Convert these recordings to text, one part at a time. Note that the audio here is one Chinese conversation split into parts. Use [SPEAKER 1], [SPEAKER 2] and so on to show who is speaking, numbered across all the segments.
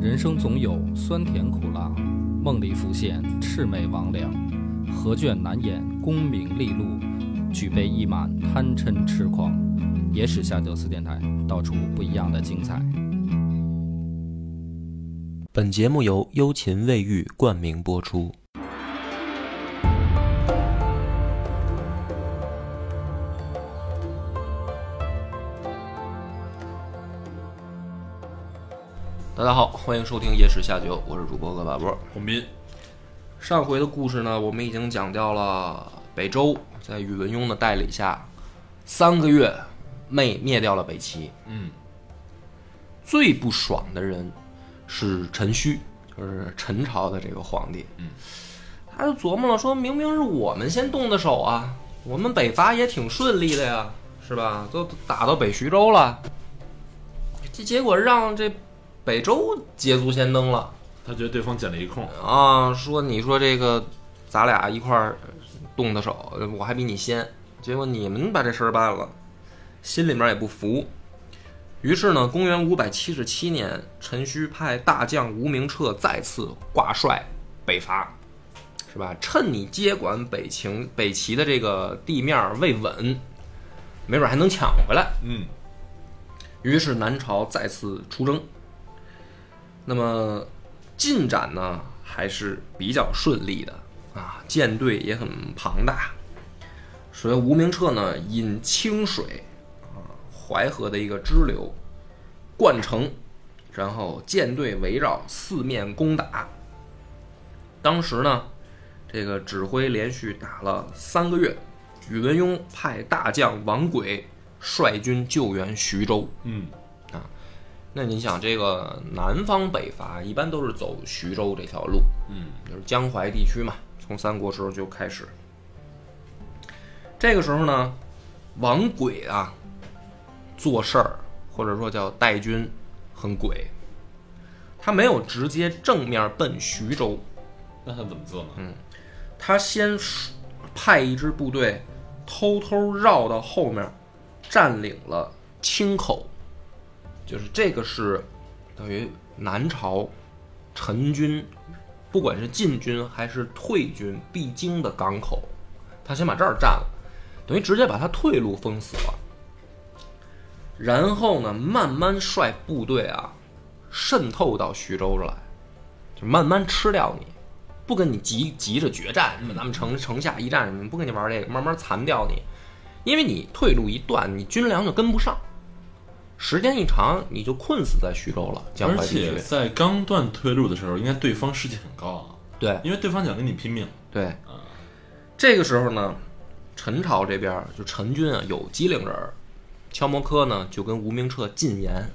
[SPEAKER 1] 人生总有酸甜苦辣，梦里浮现魑魅魍魉，何卷难掩功名利禄，举杯一满贪嗔痴狂。野史下酒四电台，道出不一样的精彩。
[SPEAKER 2] 本节目由优琴卫浴冠名播出。大家好，欢迎收听《夜市下酒》，我是主播恶霸波。
[SPEAKER 3] 洪斌，
[SPEAKER 2] 上回的故事呢，我们已经讲掉了北周在宇文邕的带领下，三个月灭灭掉了北齐。
[SPEAKER 3] 嗯，
[SPEAKER 2] 最不爽的人是陈顼，就是陈朝的这个皇帝。
[SPEAKER 3] 嗯，
[SPEAKER 2] 他就琢磨了，说明明是我们先动的手啊，我们北伐也挺顺利的呀，是吧？都打到北徐州了，这结果让这北周捷足先登了。
[SPEAKER 3] 他觉得对方捡了一空，
[SPEAKER 2] 啊，说你说这个，咱俩一块儿动的手，我还比你先，结果你们把这事儿办了，心里面也不服。于是呢，公元五百七十七年，陈顼派大将吴明彻再次挂帅北伐，是吧？趁你接管北秦、北齐的这个地面儿未稳，没准还能抢回来。
[SPEAKER 3] 嗯，
[SPEAKER 2] 于是南朝再次出征。那么进展呢，还是比较顺利的啊，舰队也很庞大。所以吴明彻呢，引清水啊，淮河的一个支流，灌城，然后舰队围绕四面攻打。当时呢，这个指挥连续打了三个月，宇文邕派大将王轨率军救援徐州。
[SPEAKER 3] 嗯，
[SPEAKER 2] 那你想，这个南方北伐一般都是走徐州这条路，
[SPEAKER 3] 嗯，
[SPEAKER 2] 就是江淮地区嘛，从三国时候就开始。这个时候呢，王轨啊，做事儿或者说叫带军，很鬼，他没有直接正面奔徐州，
[SPEAKER 3] 那他怎么做呢？
[SPEAKER 2] 他先派一支部队偷偷绕到后面，占领了青口，就是这个是等于南朝陈军，不管是进军还是退军必经的港口，他先把这儿占了，等于直接把他退路封死了。然后呢，慢慢率部队啊，渗透到徐州来，就慢慢吃掉你。不跟你急急着决战，什么咱们城城下一战什么，不跟你玩这个，慢慢残掉你，因为你退路一断，你军粮就跟不上，时间一长，你就困死在徐州了，江
[SPEAKER 3] 而
[SPEAKER 2] 淮地
[SPEAKER 3] 且
[SPEAKER 2] 区。
[SPEAKER 3] 在刚断退路的时候，应该对方士气很高啊，
[SPEAKER 2] 对
[SPEAKER 3] 因为对方想跟你拼命。
[SPEAKER 2] 对，这个时候呢，陈朝这边就陈军啊有机灵人儿，乔摩柯呢就跟吴明彻进言，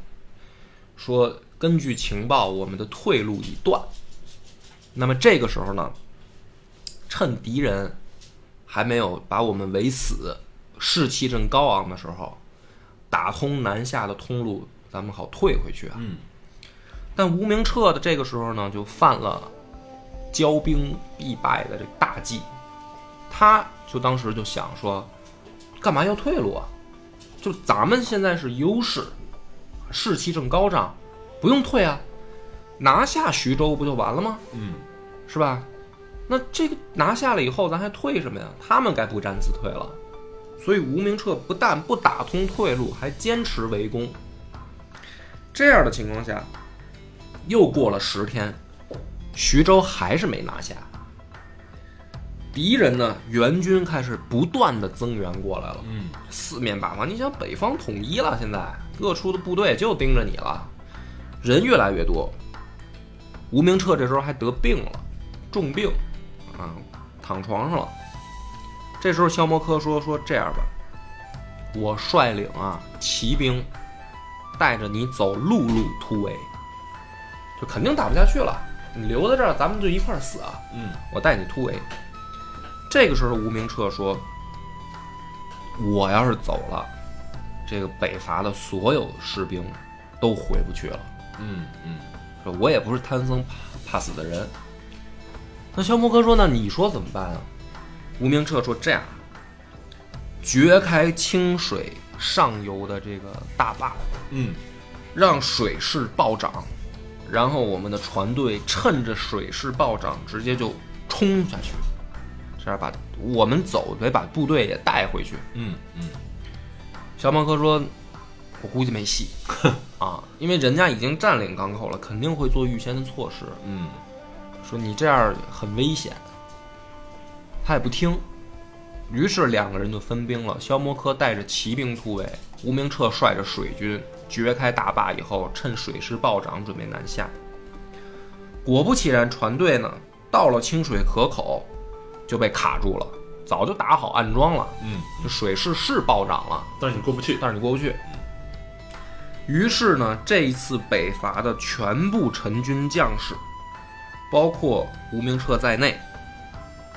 [SPEAKER 2] 说根据情报，我们的退路已断。那么这个时候呢，趁敌人还没有把我们围死，士气正高昂的时候，打通南下的通路，咱们好退回去啊。
[SPEAKER 3] 嗯
[SPEAKER 2] 但吴明彻的这个时候呢，就犯了骄兵必败的这个大忌，他就当时就想说，干嘛要退路啊？就咱们现在是优势，士气正高涨，不用退啊，拿下徐州不就完了吗？
[SPEAKER 3] 嗯，
[SPEAKER 2] 是吧？那这个拿下了以后，咱还退什么呀？他们该不战自退了。所以吴明彻不但不打通退路，还坚持围攻。这样的情况下，又过了十天，徐州还是没拿下。敌人呢，援军开始不断的增援过来了，
[SPEAKER 3] 嗯，
[SPEAKER 2] 四面八方。你想，北方统一了，现在各处的部队就盯着你了，人越来越多。吴明彻这时候还得病了，重病，啊，躺床上了。这时候萧摩柯说：“说这样吧，我率领啊骑兵，带着你走陆路突围，就肯定打不下去了。你留在这儿，咱们就一块儿死啊！
[SPEAKER 3] 嗯，
[SPEAKER 2] 我带你突围。”这个时候，吴明彻说：“我要是走了，这个北伐的所有士兵都回不去了。”
[SPEAKER 3] 嗯嗯，
[SPEAKER 2] 说我也不是贪生怕怕死的人。那萧摩柯说：“那你说怎么办啊？”吴明彻说：“这样，掘开清水上游的这个大坝，
[SPEAKER 3] 嗯，
[SPEAKER 2] 让水势暴涨，然后我们的船队趁着水势暴涨，直接就冲下去，这样把我们走得把部队也带回去。
[SPEAKER 3] 嗯嗯
[SPEAKER 2] 小马科说：“我估计没戏啊，因为人家已经占领港口了，肯定会做预先的措施。
[SPEAKER 3] 嗯
[SPEAKER 2] 说你这样很危险。”他也不听，于是两个人就分兵了。萧摩柯带着骑兵突围，吴明彻率着水军掘开大坝以后，趁水势暴涨准备南下。果不其然，船队呢到了清水河口就被卡住了，早就打好暗桩了，
[SPEAKER 3] 嗯，
[SPEAKER 2] 就水势是暴涨了。
[SPEAKER 3] 但是你过不去。
[SPEAKER 2] 但是你过不去。于是呢，这一次北伐的全部陈军将士，包括吴明彻在内，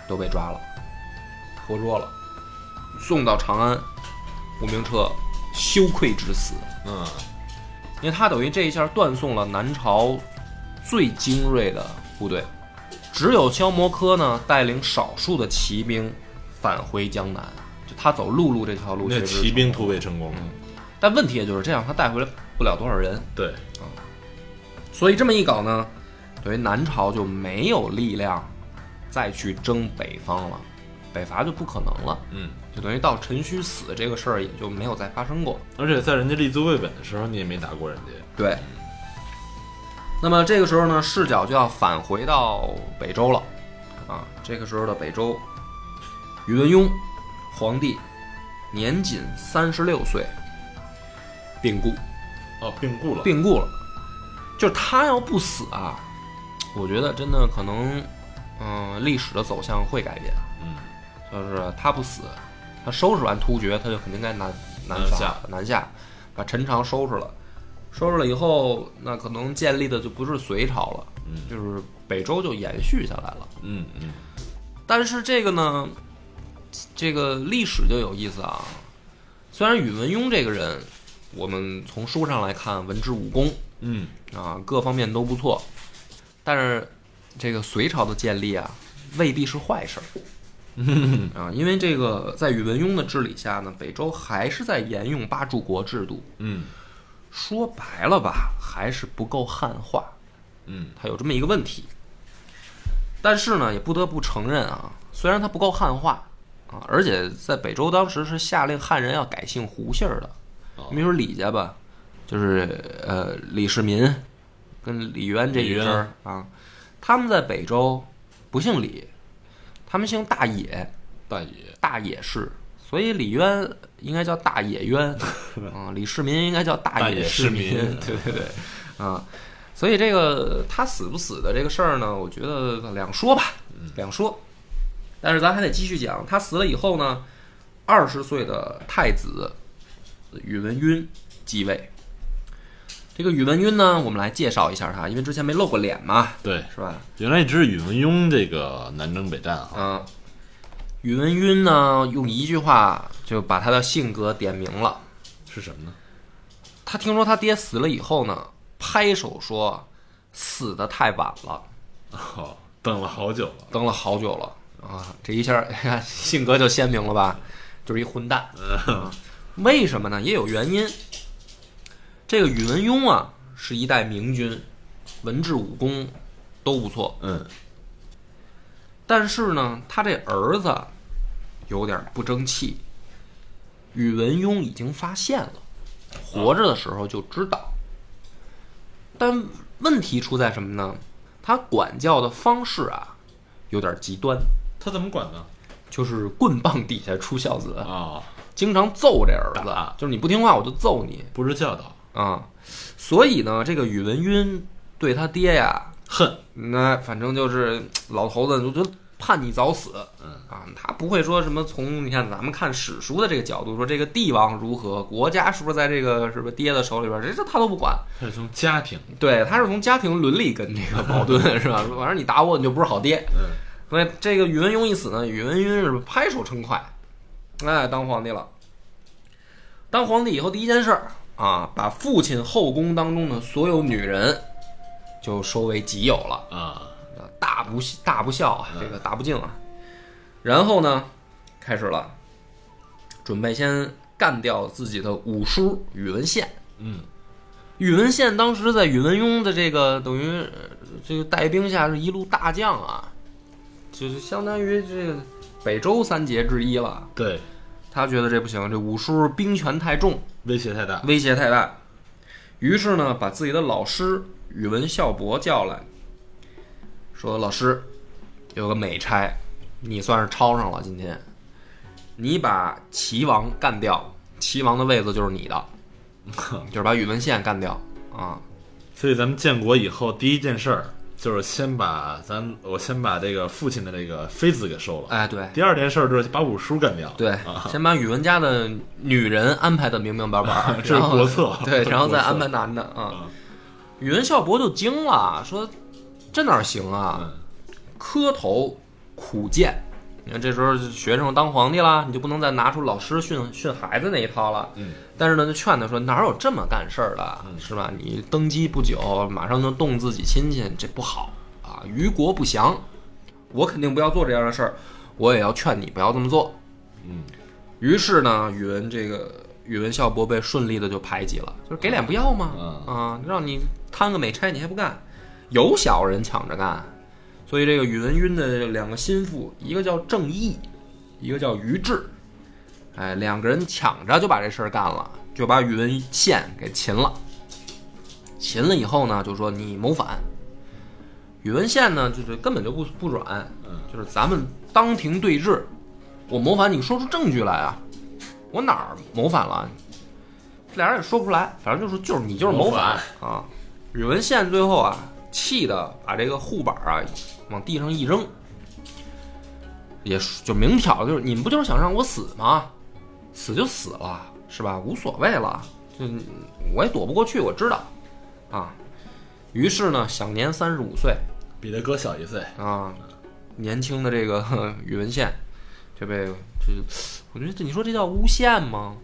[SPEAKER 2] 都被抓了，活捉了，送到长安。吴明彻羞愧至死，
[SPEAKER 3] 嗯
[SPEAKER 2] 因为他等于这一下断送了南朝最精锐的部队，只有萧摩柯呢带领少数的骑兵返回江南。就他走陆路这条路，
[SPEAKER 3] 那
[SPEAKER 2] 确实是
[SPEAKER 3] 骑兵突围成功了。
[SPEAKER 2] 但问题也就是这样，他带回来不了多少人，
[SPEAKER 3] 对，
[SPEAKER 2] 所以这么一搞呢，等于南朝就没有力量再去争北方了，北伐就不可能了，
[SPEAKER 3] 嗯，
[SPEAKER 2] 就等于到陈顼死这个事儿也就没有再发生过。
[SPEAKER 3] 而且在人家立足未稳的时候，你也没打过人家。
[SPEAKER 2] 对。那么这个时候呢，视角就要返回到北周了，啊，这个时候的北周，宇文邕，皇帝，年仅三十六岁，病故。
[SPEAKER 3] 哦，病故了。
[SPEAKER 2] 病故了。就是他要不死啊，我觉得真的可能，嗯、历史的走向会改变。
[SPEAKER 3] 嗯，
[SPEAKER 2] 就是他不死，他收拾完突厥，他就肯定该南南
[SPEAKER 3] 南
[SPEAKER 2] 伐
[SPEAKER 3] 下
[SPEAKER 2] 南下，把陈朝收拾了。收拾了以后，那可能建立的就不是隋朝了，
[SPEAKER 3] 嗯
[SPEAKER 2] 就是北周就延续下来了。
[SPEAKER 3] 嗯嗯
[SPEAKER 2] 但是这个呢，这个历史就有意思啊。虽然宇文邕这个人，我们从书上来看，文治武功，
[SPEAKER 3] 嗯，
[SPEAKER 2] 啊，各方面都不错，但是这个隋朝的建立啊，未必是坏事儿。啊，因为这个在宇文邕的治理下呢，北周还是在沿用八柱国制度。
[SPEAKER 3] 嗯
[SPEAKER 2] 说白了吧，还是不够汉化，
[SPEAKER 3] 嗯
[SPEAKER 2] 它有这么一个问题。但是呢，也不得不承认啊，虽然它不够汉化啊，而且在北周当时是下令汉人要改姓胡姓儿的，
[SPEAKER 3] 哦
[SPEAKER 2] 比如说李家吧，就是呃李世民跟李渊这一支儿啊，他们在北周不姓李，他们姓大野，
[SPEAKER 3] 大爷，
[SPEAKER 2] 大野氏，所以李渊应该叫大野 渊啊，李世民应该叫大
[SPEAKER 3] 大野
[SPEAKER 2] 世
[SPEAKER 3] 市民
[SPEAKER 2] 对对对，啊，所以这个他死不死的这个事儿呢，我觉得两说吧，
[SPEAKER 3] 嗯
[SPEAKER 2] 两说。但是咱还得继续讲，他死了以后呢，二十岁的太子宇文赟继位。这个宇文赟呢，我们来介绍一下他，因为之前没露过脸嘛，
[SPEAKER 3] 对，
[SPEAKER 2] 是吧？
[SPEAKER 3] 原来一直是宇文邕这个南征北战啊。
[SPEAKER 2] 嗯，宇文赟呢，用一句话就把他的性格点明了。
[SPEAKER 3] 是什么呢？
[SPEAKER 2] 他听说他爹死了以后呢，拍手说：“死的太晚了，
[SPEAKER 3] 哦，等了好久了。
[SPEAKER 2] 等了好久了啊！”这一下，哎呀， 性格就鲜明了吧？就是一混蛋。啊为什么呢？也有原因。这个宇文邕啊，是一代明君，文治武功都不错，
[SPEAKER 3] 嗯
[SPEAKER 2] 但是呢，他这儿子有点不争气。宇文邕已经发现了，活着的时候就知道。但问题出在什么呢？他管教的方式啊，有点极端，
[SPEAKER 3] 他怎么管呢？
[SPEAKER 2] 就是棍棒底下出孝子，
[SPEAKER 3] 啊，
[SPEAKER 2] 经常揍这儿子啊
[SPEAKER 3] 打，
[SPEAKER 2] 就是你不听话我就揍你
[SPEAKER 3] 不知教导，
[SPEAKER 2] 啊、所以呢，这个宇文赟对他爹呀
[SPEAKER 3] 恨。
[SPEAKER 2] 那反正就是老头子，我觉得盼你早死。
[SPEAKER 3] 嗯
[SPEAKER 2] 啊，他不会说什么从你看咱们看史书的这个角度说这个帝王如何，国家是不是在这个是不是爹的手里边，这这他都不管。
[SPEAKER 3] 他是从家庭，
[SPEAKER 2] 对，他是从家庭伦理跟这个矛盾是吧？ 反正你打我，你就不是好爹。
[SPEAKER 3] 嗯，
[SPEAKER 2] 所以这个宇文邕一死呢，宇文邕是拍手称快，哎，当皇帝了。当皇帝以后第一件事儿啊，把父亲后宫当中的所有女人就收为己有了。
[SPEAKER 3] 啊，
[SPEAKER 2] 啊大不孝大不孝啊，这个大不敬啊。然后呢，开始了，准备先干掉自己的五叔宇文宪。
[SPEAKER 3] 嗯，
[SPEAKER 2] 宇文宪当时在宇文邕的这个等于呃这个带兵下是一路大将啊，就是相当于这个北周三杰之一了。
[SPEAKER 3] 对，
[SPEAKER 2] 他觉得这不行，这五叔兵权太重，
[SPEAKER 3] 威胁太大。
[SPEAKER 2] 威胁太大，于是呢，把自己的老师宇文孝伯叫来，说：“老师，有个美差，你算是抄上了今天，你把齐王干掉，齐王的位子就是你的，就是把宇文宪干掉啊。
[SPEAKER 3] 所以咱们建国以后第一件事儿就是先把咱我先把这个父亲的这个妃子给收了。
[SPEAKER 2] 哎，对
[SPEAKER 3] 第二件事儿就是把五叔干掉。
[SPEAKER 2] 对，先把宇文家的女人安排的明明白白，
[SPEAKER 3] 啊这是
[SPEAKER 2] 然后
[SPEAKER 3] 国策
[SPEAKER 2] 对，
[SPEAKER 3] 这是
[SPEAKER 2] 然后再
[SPEAKER 3] 国策
[SPEAKER 2] 安排男的啊
[SPEAKER 3] 嗯。
[SPEAKER 2] 宇文孝伯就惊了，说这哪行啊？
[SPEAKER 3] 嗯，
[SPEAKER 2] 磕头苦谏。你看这时候学生当皇帝啦，你就不能再拿出老师训训孩子那一套了。
[SPEAKER 3] 嗯，
[SPEAKER 2] 但是呢，就劝他说哪有这么干事儿的，是吧？你登基不久，马上就动自己亲戚，这不好啊，于国不祥。我肯定不要做这样的事儿，我也要劝你不要这么做。
[SPEAKER 3] 嗯，
[SPEAKER 2] 于是呢，宇文这个宇文孝伯被顺利的就排挤了，就是给脸不要嘛，
[SPEAKER 3] 嗯
[SPEAKER 2] 啊，让你摊个美差你还不干，有小人抢着干，所以这个宇文邕的两个心腹，一个叫郑义，一个叫于志，哎，两个人抢着就把这事儿干了，就把宇文宪给擒了。擒了以后呢，就说你谋反。宇文宪呢，就是根本就不不软，就是咱们当庭对质，我谋反，你说出证据来啊！我哪儿谋反了？啊这俩人也说不出来，反正就是就是你就是谋反啊！宇文宪最后啊，气的把这个护板啊往地上一扔，也是就明挑就是你们不就是想让我死吗？死就死了，是吧？无所谓了，就我也躲不过去，我知道啊。于是呢，享年三十五岁，
[SPEAKER 3] 比他哥小一岁。
[SPEAKER 2] 啊，年轻的这个 呵宇文宪就被这，我觉得这你说这叫诬陷吗？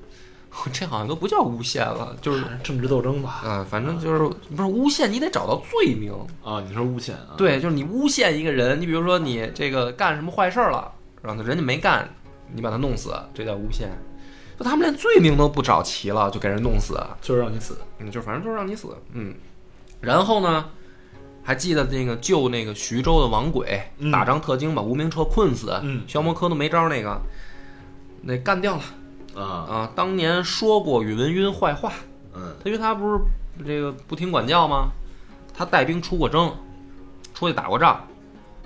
[SPEAKER 2] 这好像都不叫诬陷了，就是
[SPEAKER 3] 还是政治斗争吧。
[SPEAKER 2] 啊，反正就是不是诬陷，你得找到罪名。
[SPEAKER 3] 啊，你说诬陷啊？，
[SPEAKER 2] 对，就是你诬陷一个人，你比如说你这个干什么坏事儿了，然后人家没干，你把他弄死，这叫诬陷。就他们连罪名都不找齐了，就给人弄死，
[SPEAKER 3] 就是让你死。
[SPEAKER 2] 嗯，就反正就是让你死，嗯。然后呢，还记得那个救那个徐州的王轨，
[SPEAKER 3] 嗯
[SPEAKER 2] 打张特京把无名车困死，
[SPEAKER 3] 嗯
[SPEAKER 2] 消摩柯都没招那个，那干掉了
[SPEAKER 3] 啊，
[SPEAKER 2] 啊！当年说过宇文邕坏话，
[SPEAKER 3] 嗯，
[SPEAKER 2] 因为他不是这个不听管教吗？他带兵出过征，出去打过仗，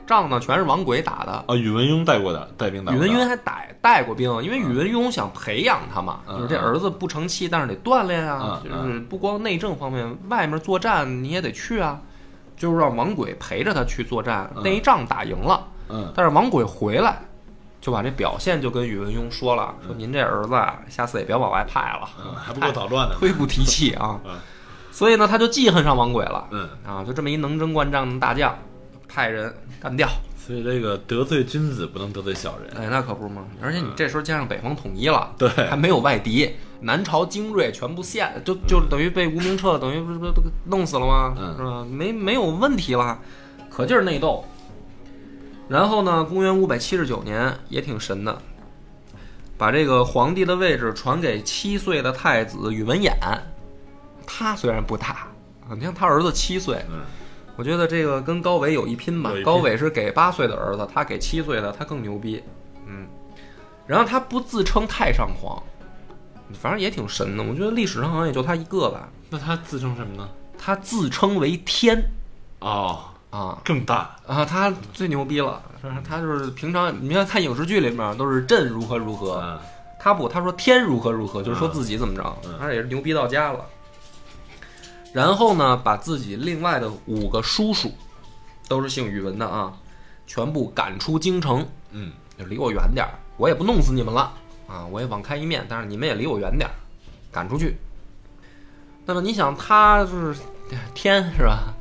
[SPEAKER 2] 仗呢全是王轨打的。
[SPEAKER 3] 啊，宇文邕带过的带兵打
[SPEAKER 2] 宇
[SPEAKER 3] 过
[SPEAKER 2] 文
[SPEAKER 3] 的。
[SPEAKER 2] 邕还带带过兵，因为宇文邕想培养他嘛，
[SPEAKER 3] 嗯
[SPEAKER 2] 就是这儿子不成器，但是得锻炼啊，
[SPEAKER 3] 嗯
[SPEAKER 2] 就是不光内政方面，外面作战你也得去啊，就是让王轨陪着他去作战。
[SPEAKER 3] 嗯
[SPEAKER 2] 那一仗打赢了，
[SPEAKER 3] 嗯，
[SPEAKER 2] 但是王轨回来就把这表现就跟宇文邕说了，说您这儿子啊，下次也别往外派
[SPEAKER 3] 嗯，
[SPEAKER 2] 了，哎
[SPEAKER 3] 还不够捣乱的。
[SPEAKER 2] 忒不提气啊
[SPEAKER 3] 嗯。
[SPEAKER 2] 所以呢，他就记恨上王轨了
[SPEAKER 3] 嗯，
[SPEAKER 2] 啊，就这么一能征惯仗的大将，派人干掉。
[SPEAKER 3] 所以这个得罪君子不能得罪小人。
[SPEAKER 2] 哎，那可不是嘛！而且你这时候加上北方统一了，
[SPEAKER 3] 嗯对
[SPEAKER 2] 还没有外敌，南朝精锐全部陷，就就等于被吴明彻等于不是不是弄死了吗？
[SPEAKER 3] 嗯
[SPEAKER 2] 是吧？没没有问题了，可劲儿内斗。然后呢，公元五百七十九年也挺神的，把这个皇帝的位置传给七岁的太子宇文衍。他虽然不大，啊你看他儿子七岁，
[SPEAKER 3] 嗯，
[SPEAKER 2] 我觉得这个跟高伟有一拼吧
[SPEAKER 3] 有一。拼
[SPEAKER 2] 高伟是给八岁的儿子，他给七岁的，他更牛逼。嗯，然后他不自称太上皇，反正也挺神的。我觉得历史上好像也就他一个吧。
[SPEAKER 3] 那他自称什么呢？
[SPEAKER 2] 他自称为天
[SPEAKER 3] 哦，
[SPEAKER 2] 啊
[SPEAKER 3] 更大。
[SPEAKER 2] 啊，他最牛逼了。他就是平常你看看影视剧里面都是朕如何如何，
[SPEAKER 3] 嗯
[SPEAKER 2] 他不，他说天如何如何，就是说自己怎么着
[SPEAKER 3] 嗯，
[SPEAKER 2] 他也是牛逼到家了。然后呢，把自己另外的五个叔叔，都是姓宇文的啊，全部赶出京城，
[SPEAKER 3] 嗯，
[SPEAKER 2] 就离我远点儿，我也不弄死你们了啊，我也网开一面，但是你们也离我远点儿，赶出去。那么你想，他就是天是吧？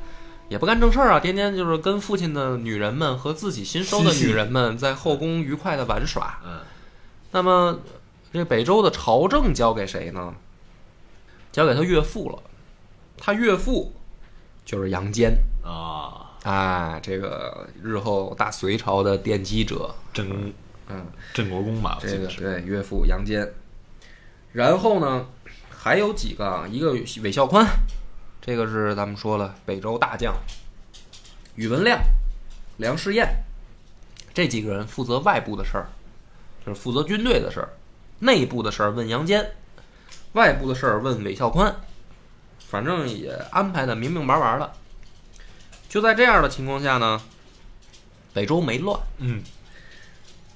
[SPEAKER 2] 也不干正事儿啊，天天就是跟父亲的女人们和自己新收的
[SPEAKER 3] 嬉戏
[SPEAKER 2] 女人们在后宫愉快的玩耍。
[SPEAKER 3] 嗯，
[SPEAKER 2] 那么这北周的朝政交给谁呢？交给他岳父了。他岳父就是杨坚，
[SPEAKER 3] 啊，
[SPEAKER 2] 哎，这个日后大隋朝的奠基者，
[SPEAKER 3] 郑
[SPEAKER 2] 嗯，
[SPEAKER 3] 郑国公吧，我
[SPEAKER 2] 这
[SPEAKER 3] 记
[SPEAKER 2] 个
[SPEAKER 3] 得是。
[SPEAKER 2] 对岳父杨坚。然后呢，还有几个啊，一个韦孝宽，这个是咱们说了北周大将宇文亮、梁士彦这几个人负责外部的事儿，就是负责军队的事儿；内部的事儿问杨坚，外部的事儿问韦孝宽。反正也安排的明明白白的。就在这样的情况下呢，北周没乱。
[SPEAKER 3] 嗯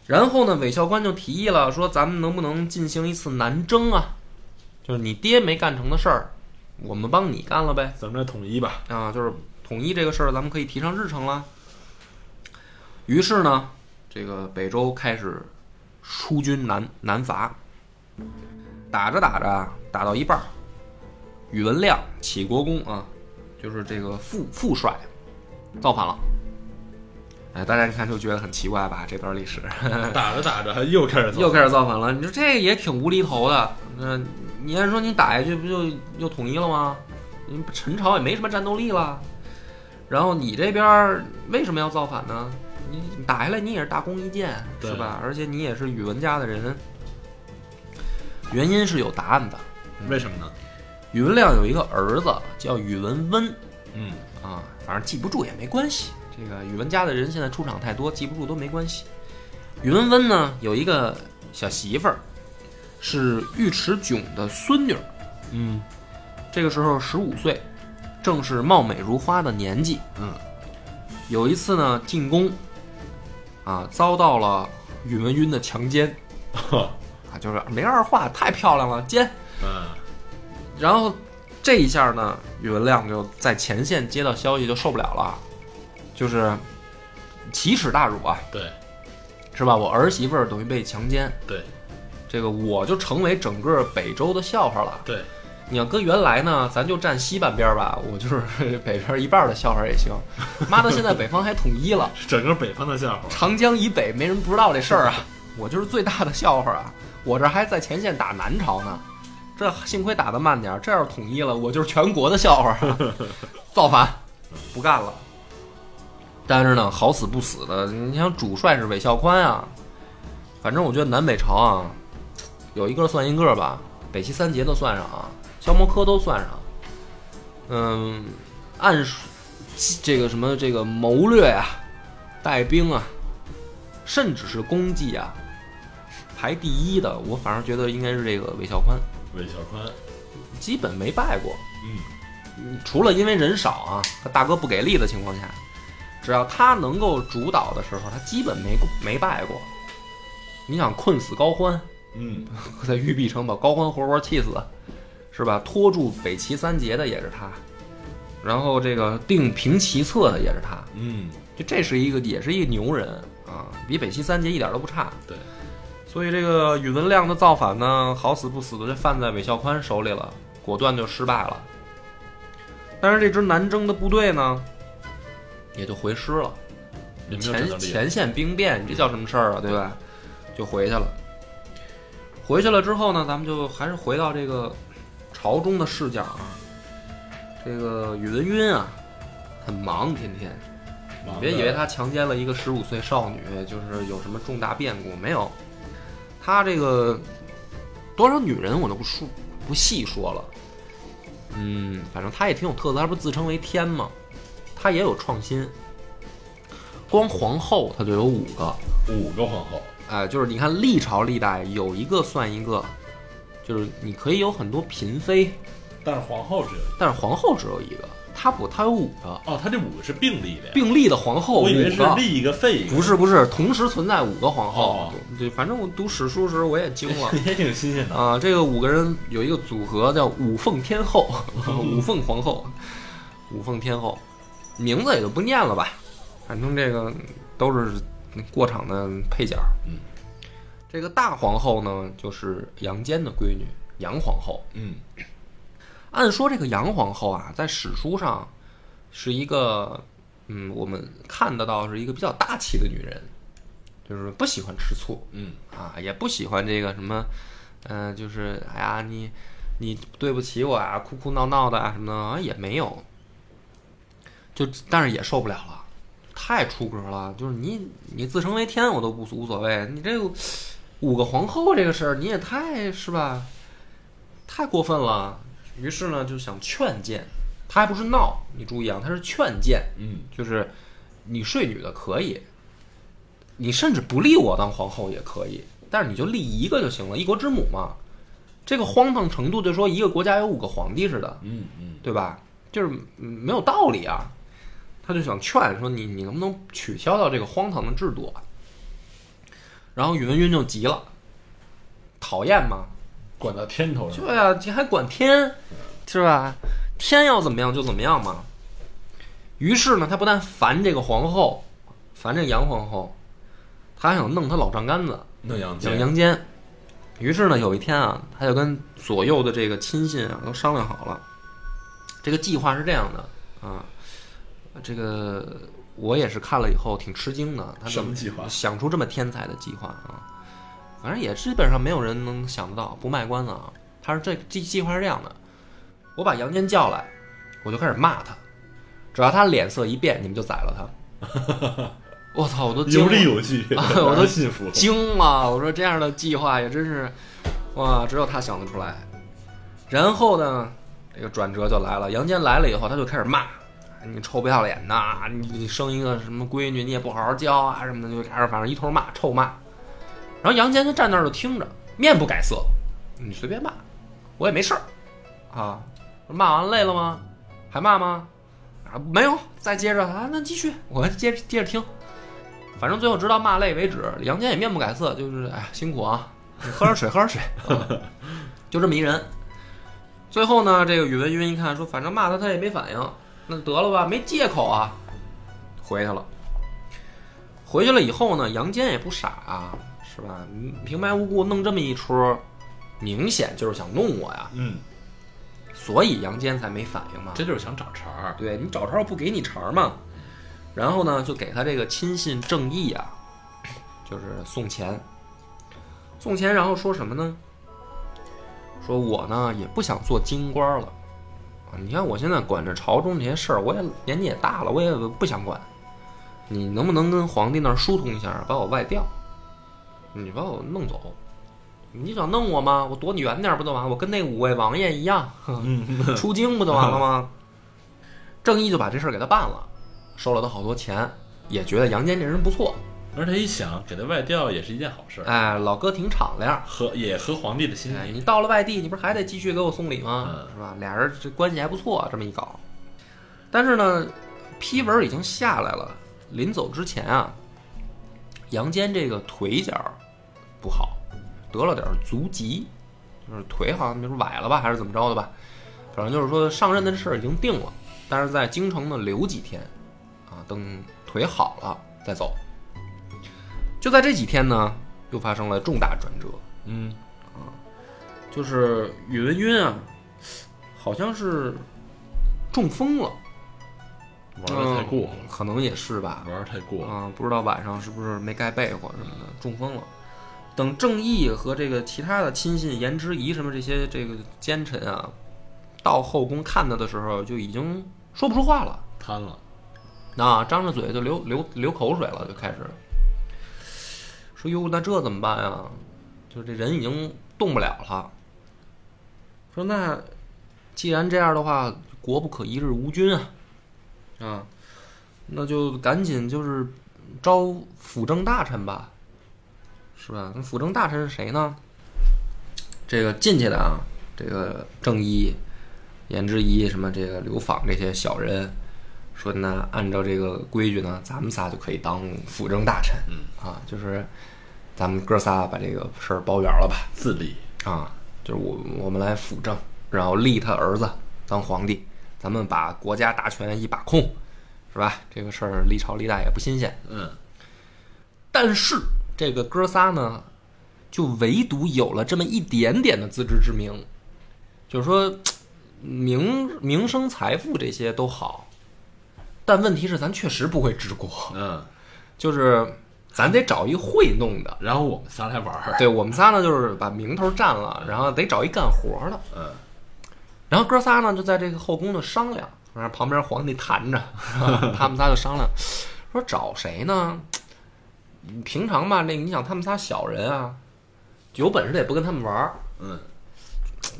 [SPEAKER 2] 然后呢，韦孝宽就提议了，说咱们能不能进行一次南征啊？就是你爹没干成的事儿，我们帮你干了呗。
[SPEAKER 3] 咱们来统一 吧。
[SPEAKER 2] 啊，就是统一这个事儿，咱们可以提上日程了。于是呢，这个北周开始出军南南伐，打着打着啊，打到一半儿，宇文亮启国公啊，就是这个副副帅造反了。哎，大家一看就觉得很奇怪吧？这段历史
[SPEAKER 3] 打着打着又开始走
[SPEAKER 2] 又开始造反了，你说这也挺无厘头的。那你按说你打下去不就又统一了吗？你陈朝也没什么战斗力了，然后你这边儿为什么要造反呢？你你打下来你也是大功一件，
[SPEAKER 3] 对
[SPEAKER 2] 是吧？而且你也是宇文家的人，原因是有答案的。
[SPEAKER 3] 为什么呢？
[SPEAKER 2] 宇文亮有一个儿子叫宇文温
[SPEAKER 3] 嗯，
[SPEAKER 2] 啊，反正记不住也没关系。这个宇文家的人现在出场太多，记不住都没关系。宇文温呢有一个小媳妇儿，是尉迟迥的孙女儿，
[SPEAKER 3] 嗯，
[SPEAKER 2] 这个时候十五岁，正是貌美如花的年纪。
[SPEAKER 3] 嗯，
[SPEAKER 2] 有一次呢进宫，啊，遭到了宇文赟的强奸啊，就是没二话，太漂亮了，奸。
[SPEAKER 3] 嗯，
[SPEAKER 2] 然后这一下呢，宇文亮就在前线接到消息就受不了了，就是奇耻大辱啊，
[SPEAKER 3] 对
[SPEAKER 2] 是吧？我儿媳妇儿等于被强奸，
[SPEAKER 3] 对
[SPEAKER 2] 这个我就成为整个北周的笑话了。
[SPEAKER 3] 对，
[SPEAKER 2] 你要搁原来呢，咱就占西半边儿吧，我就是 北边一半儿的笑话也行。妈的，现在北方还统一了，
[SPEAKER 3] 是整个北方的笑话。
[SPEAKER 2] 长江以北没人不知道这事儿啊，我就是最大的笑话啊！我这还在前线打南朝呢，这幸亏打得慢点儿，这要是统一了，我就是全国的笑话、啊，造反，不干了。但是呢，好死不死的，你想主帅是韦孝宽啊，反正我觉得南北朝啊，有一个算一个吧，北齐三杰都算上啊，萧摩柯都算上，嗯，按说这个什么这个谋略啊，带兵啊，甚至是功绩啊，排第一的，我反而觉得应该是这个韦孝宽，
[SPEAKER 3] 韦小宽，
[SPEAKER 2] 基本没败过。
[SPEAKER 3] 嗯，
[SPEAKER 2] 嗯除了因为人少啊，他大哥不给力的情况下，只要他能够主导的时候，他基本没没败过。你想困死高欢，
[SPEAKER 3] 嗯，
[SPEAKER 2] 在玉璧城把高欢活活气死，是吧？拖住北齐三杰的也是他，然后这个定平齐策的也是他，
[SPEAKER 3] 嗯，
[SPEAKER 2] 就这是一个也是一个牛人啊，比北齐三杰一点都不差。
[SPEAKER 3] 对，
[SPEAKER 2] 所以这个宇文亮的造反呢，好死不死的就犯在韦孝宽手里了，果断就失败了。但是这支南征的部队呢，也就回师了。
[SPEAKER 3] 也没有战斗
[SPEAKER 2] 前
[SPEAKER 3] 力。
[SPEAKER 2] 前线兵变，你这叫什么事儿啊？对吧？就回去了。回去了之后呢，咱们就还是回到这个朝中的视角啊。这个宇文赟啊，很忙，天天。
[SPEAKER 3] 忙
[SPEAKER 2] 别
[SPEAKER 3] 着
[SPEAKER 2] 以为他强奸了一个十五岁少女，就是有什么重大变故没有？他这个多少女人我都不说不细说了。嗯，反正他也挺有特色，他不是自称为天吗？他也有创新。光皇后他就有五个，
[SPEAKER 3] 五个皇后，
[SPEAKER 2] 哎，就是你看历朝历代有一个算一个，就是你可以有很多嫔妃，
[SPEAKER 3] 但是皇后只有一
[SPEAKER 2] 但是皇后只有一个，他不，他有五个
[SPEAKER 3] 哦，他这五个是并立的呀。
[SPEAKER 2] 并立的皇后，
[SPEAKER 3] 我以为
[SPEAKER 2] 五
[SPEAKER 3] 是
[SPEAKER 2] 个
[SPEAKER 3] 立一个废一个，
[SPEAKER 2] 不是不是，同时存在五个皇后
[SPEAKER 3] 哦。
[SPEAKER 2] 对，反正我读史书时我也惊了
[SPEAKER 3] 也挺新鲜的。
[SPEAKER 2] 啊！这个五个人有一个组合叫五凤天 后、五凤皇后、五凤天后，名字也就不念了吧，反正这个都是过场的配角。
[SPEAKER 3] 嗯，
[SPEAKER 2] 这个大皇后呢，就是杨坚的闺女杨皇后。
[SPEAKER 3] 嗯，
[SPEAKER 2] 按说这个杨皇后啊，在史书上是一个，嗯，我们看得到是一个比较大气的女人，就是不喜欢吃醋
[SPEAKER 3] 嗯，
[SPEAKER 2] 啊，也不喜欢这个什么，嗯、就是哎呀你你对不起我啊，哭哭闹闹的啊什么的啊也没有，就但是也受不了了，太出格了，就是你你自称为天我都不无所谓，你这个五个皇后这个事儿你也太是吧，太过分了。于是呢，就想劝谏他还不是闹，你注意啊，他是劝谏，
[SPEAKER 3] 嗯，
[SPEAKER 2] 就是你睡女的可以，你甚至不立我当皇后也可以，但是你就立一个就行了，一国之母嘛。这个荒唐程度，就说一个国家有五个皇帝似的，
[SPEAKER 3] 嗯嗯，
[SPEAKER 2] 对吧？就是嗯没有道理啊。他就想劝说你，你能不能取消掉这个荒唐的制度啊？然后宇文赟就急了，讨厌吗？
[SPEAKER 3] 管到天头上，
[SPEAKER 2] 对啊，你还管天，是吧？天要怎么样就怎么样嘛。于是呢，他不但烦这个皇后，烦这个杨皇后，他还想弄她老丈杆子，
[SPEAKER 3] 弄杨
[SPEAKER 2] 叫
[SPEAKER 3] 戬，
[SPEAKER 2] 杨坚。于是呢，有一天啊，他就跟左右的这个亲信啊都商量好了，这个计划是这样的啊，这个我也是看了以后挺吃惊的，他
[SPEAKER 3] 什
[SPEAKER 2] 怎
[SPEAKER 3] 么计划？
[SPEAKER 2] 想出这么天才的计划啊？反正也基本上没有人能想得到，不卖关子啊。他是这这计划是这样的：我把杨坚叫来，我就开始骂他，只要他脸色一变，你们就宰了他。 我操！我都惊
[SPEAKER 3] 有
[SPEAKER 2] 了
[SPEAKER 3] 理有据，
[SPEAKER 2] 啊 我都
[SPEAKER 3] 信服。
[SPEAKER 2] 惊了，我说这样的计划也真是，哇，只有他想得出来。然后呢，这个转折就来了，杨坚来了以后，他就开始骂。你臭不要脸呐！你你生一个什么闺女，你也不好好教啊什么的，就开始反正一通骂，臭骂。然后杨坚就站那儿就听着，面不改色，你随便骂，我也没事儿啊。骂完累了吗？还骂吗？啊，没有，再接着啊，那继续，我接着接着听。反正最后直到骂累为止，杨坚也面不改色，就是哎辛苦啊，你 喝点水，喝点水，啊 就这么一人。最后呢，这个宇文赟一看说，反正骂他他也没反应，那得了吧，没借口啊，回去了。回去了以后呢，杨坚也不傻、啊，是吧？你平白无故弄这么一出，明显就是想弄我呀，
[SPEAKER 3] 嗯，
[SPEAKER 2] 所以杨坚才没反应嘛。
[SPEAKER 3] 这就是想找茬儿。
[SPEAKER 2] 对你找茬儿我不给你茬儿嘛。然后呢，就给他这个亲信郑义啊，就是送钱，送钱，然后说什么呢？说我呢也不想做京官儿了，啊你看我现在管着朝中这些事儿，我也年纪也大了，我也不想管。你能不能跟皇帝那儿疏通一下，把我外调？你把我弄走？你想弄我吗？我躲你远点儿不就完了？我跟那五位王爷一样，
[SPEAKER 3] 嗯，
[SPEAKER 2] 出京不就完了吗？郑义就把这事儿给他办了，收了他好多钱，也觉得杨坚这人不错，
[SPEAKER 3] 而且一想，给他外调也是一件好事儿，
[SPEAKER 2] 哎，老哥挺敞亮。
[SPEAKER 3] 合也合皇帝的心
[SPEAKER 2] 哎，
[SPEAKER 3] 意。
[SPEAKER 2] 你到了外地，你不是还得继续给我送礼吗
[SPEAKER 3] 嗯？
[SPEAKER 2] 是吧？俩人这关系还不错，这么一搞。但是呢，批文已经下来了，临走之前啊，杨坚这个腿脚不好，得了点足疾，就是腿好像就是崴了吧，还是怎么着的吧。反正就是说上任的事儿已经定了，但是在京城呢留几天，啊，等腿好了再走。就在这几天呢，又发生了重大转折。啊
[SPEAKER 3] 嗯，
[SPEAKER 2] 就是宇文赟啊，好像是中风了，
[SPEAKER 3] 玩的太过
[SPEAKER 2] 嗯
[SPEAKER 3] 了，
[SPEAKER 2] 可能也是吧。
[SPEAKER 3] 玩的太过了。
[SPEAKER 2] 啊，不知道晚上是不是没盖被或者什么的，中风了。等郑义和这个其他的亲信颜之仪什么这些这个奸臣啊，到后宫看他的时候，就已经说不出话了，
[SPEAKER 3] 贪了，
[SPEAKER 2] 啊，张着嘴就流流流口水了，就开始说哟，那这怎么办呀？就是这人已经动不了了。说那既然这样的话，国不可一日无君啊，啊，那就赶紧就是招辅政大臣吧，是吧？那辅政大臣是谁呢？这个进去的啊，这个郑一、颜之仪什么这个刘访这些小人，说那按照这个规矩呢，咱们仨就可以当辅政大臣，
[SPEAKER 3] 嗯
[SPEAKER 2] 啊，就是咱们哥仨把这个事儿包圆了吧，
[SPEAKER 3] 自立。
[SPEAKER 2] 啊，就是我我们来辅政，然后立他儿子当皇帝，咱们把国家大权一把控，是吧？这个事儿历朝历代也不新鲜。
[SPEAKER 3] 嗯，
[SPEAKER 2] 但是这个哥仨呢，就唯独有了这么一点点的自知之明，就是说名名声、财富这些都好，但问题是咱确实不会治国，
[SPEAKER 3] 嗯，
[SPEAKER 2] 就是咱得找一会弄的。
[SPEAKER 3] 然后我们仨来玩儿。
[SPEAKER 2] 对我们仨呢，就是把名头占了，然后得找一干活的。
[SPEAKER 3] 嗯，
[SPEAKER 2] 然后哥仨呢就在这个后宫就商量，然后旁边皇帝弹着，他们仨就商量，说找谁呢？平常吧，那你想他们仨小人啊，有本事的也不跟他们玩儿
[SPEAKER 3] 嗯，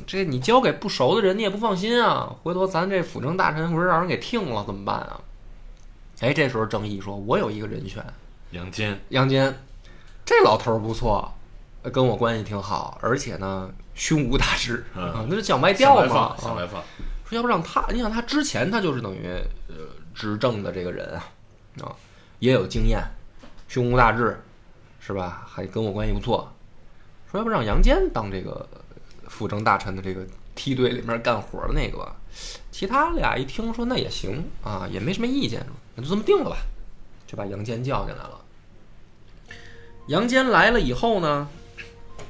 [SPEAKER 2] 这你交给不熟的人，你也不放心啊。回头咱这辅政大臣不是让人给听了，怎么办啊？哎，这时候郑义说：“我有一个人选，
[SPEAKER 3] 杨坚，
[SPEAKER 2] 杨坚，这老头儿不错，呃跟我关系挺好，而且呢，胸无大志
[SPEAKER 3] 嗯
[SPEAKER 2] 啊，那是小卖调
[SPEAKER 3] 想
[SPEAKER 2] 嘛。
[SPEAKER 3] 白放，
[SPEAKER 2] 啊
[SPEAKER 3] 想白放，
[SPEAKER 2] 说要不让他，你想他之前他就是等于呃执政的这个人啊，啊，也有经验，胸无大志，是吧？还跟我关系不错。说要不让杨坚当这个辅政大臣的这个梯队里面干活的那个吧。其他俩一听说那也行啊，也没什么意见，那就这么定了吧，就把杨坚叫进来了。杨坚来了以后呢，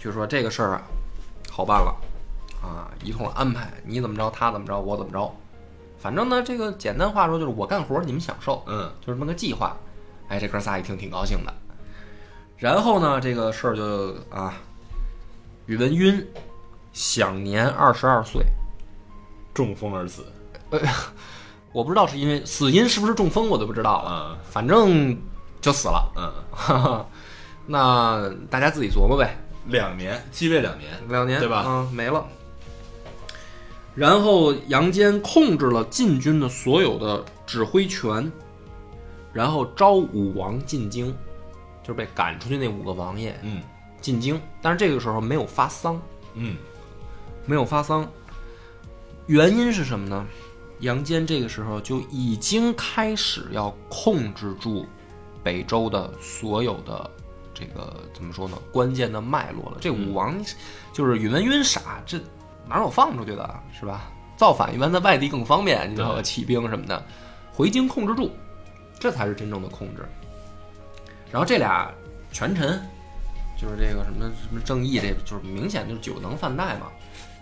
[SPEAKER 2] 就说这个事儿啊，好办了。啊，一通安排，你怎么着，他怎么着，我怎么着，反正呢，这个简单话说就是我干活，你们享受，
[SPEAKER 3] 嗯，
[SPEAKER 2] 就这么个计划。哎，这哥仨一听挺高兴的。然后呢，这个事儿就啊，宇文赟享年二十二岁，
[SPEAKER 3] 中风而死
[SPEAKER 2] 我不知道是因为死因是不是中风，我都不知道了，
[SPEAKER 3] 啊，
[SPEAKER 2] 反正就死了。
[SPEAKER 3] 嗯，
[SPEAKER 2] 哈哈，那大家自己琢磨呗，
[SPEAKER 3] 两年继位两年，
[SPEAKER 2] 两年
[SPEAKER 3] 对吧
[SPEAKER 2] 嗯，没了。然后杨坚控制了晋军的所有的指挥权，然后招武王进京，就是被赶出去那五个王爷
[SPEAKER 3] 嗯
[SPEAKER 2] 进京，但是这个时候没有发丧，
[SPEAKER 3] 嗯，
[SPEAKER 2] 没有发丧，原因是什么呢？杨坚这个时候就已经开始要控制住北周的所有的这个怎么说呢？关键的脉络了。这武王就是宇文赟傻，这哪有放出去的啊，是吧？造反一般在外地更方便，你知道吧？
[SPEAKER 3] 对
[SPEAKER 2] 起兵什么的，回京控制住，这才是真正的控制。然后这俩权臣，就是这个什么什么正义，这就是明显就是酒能饭带嘛。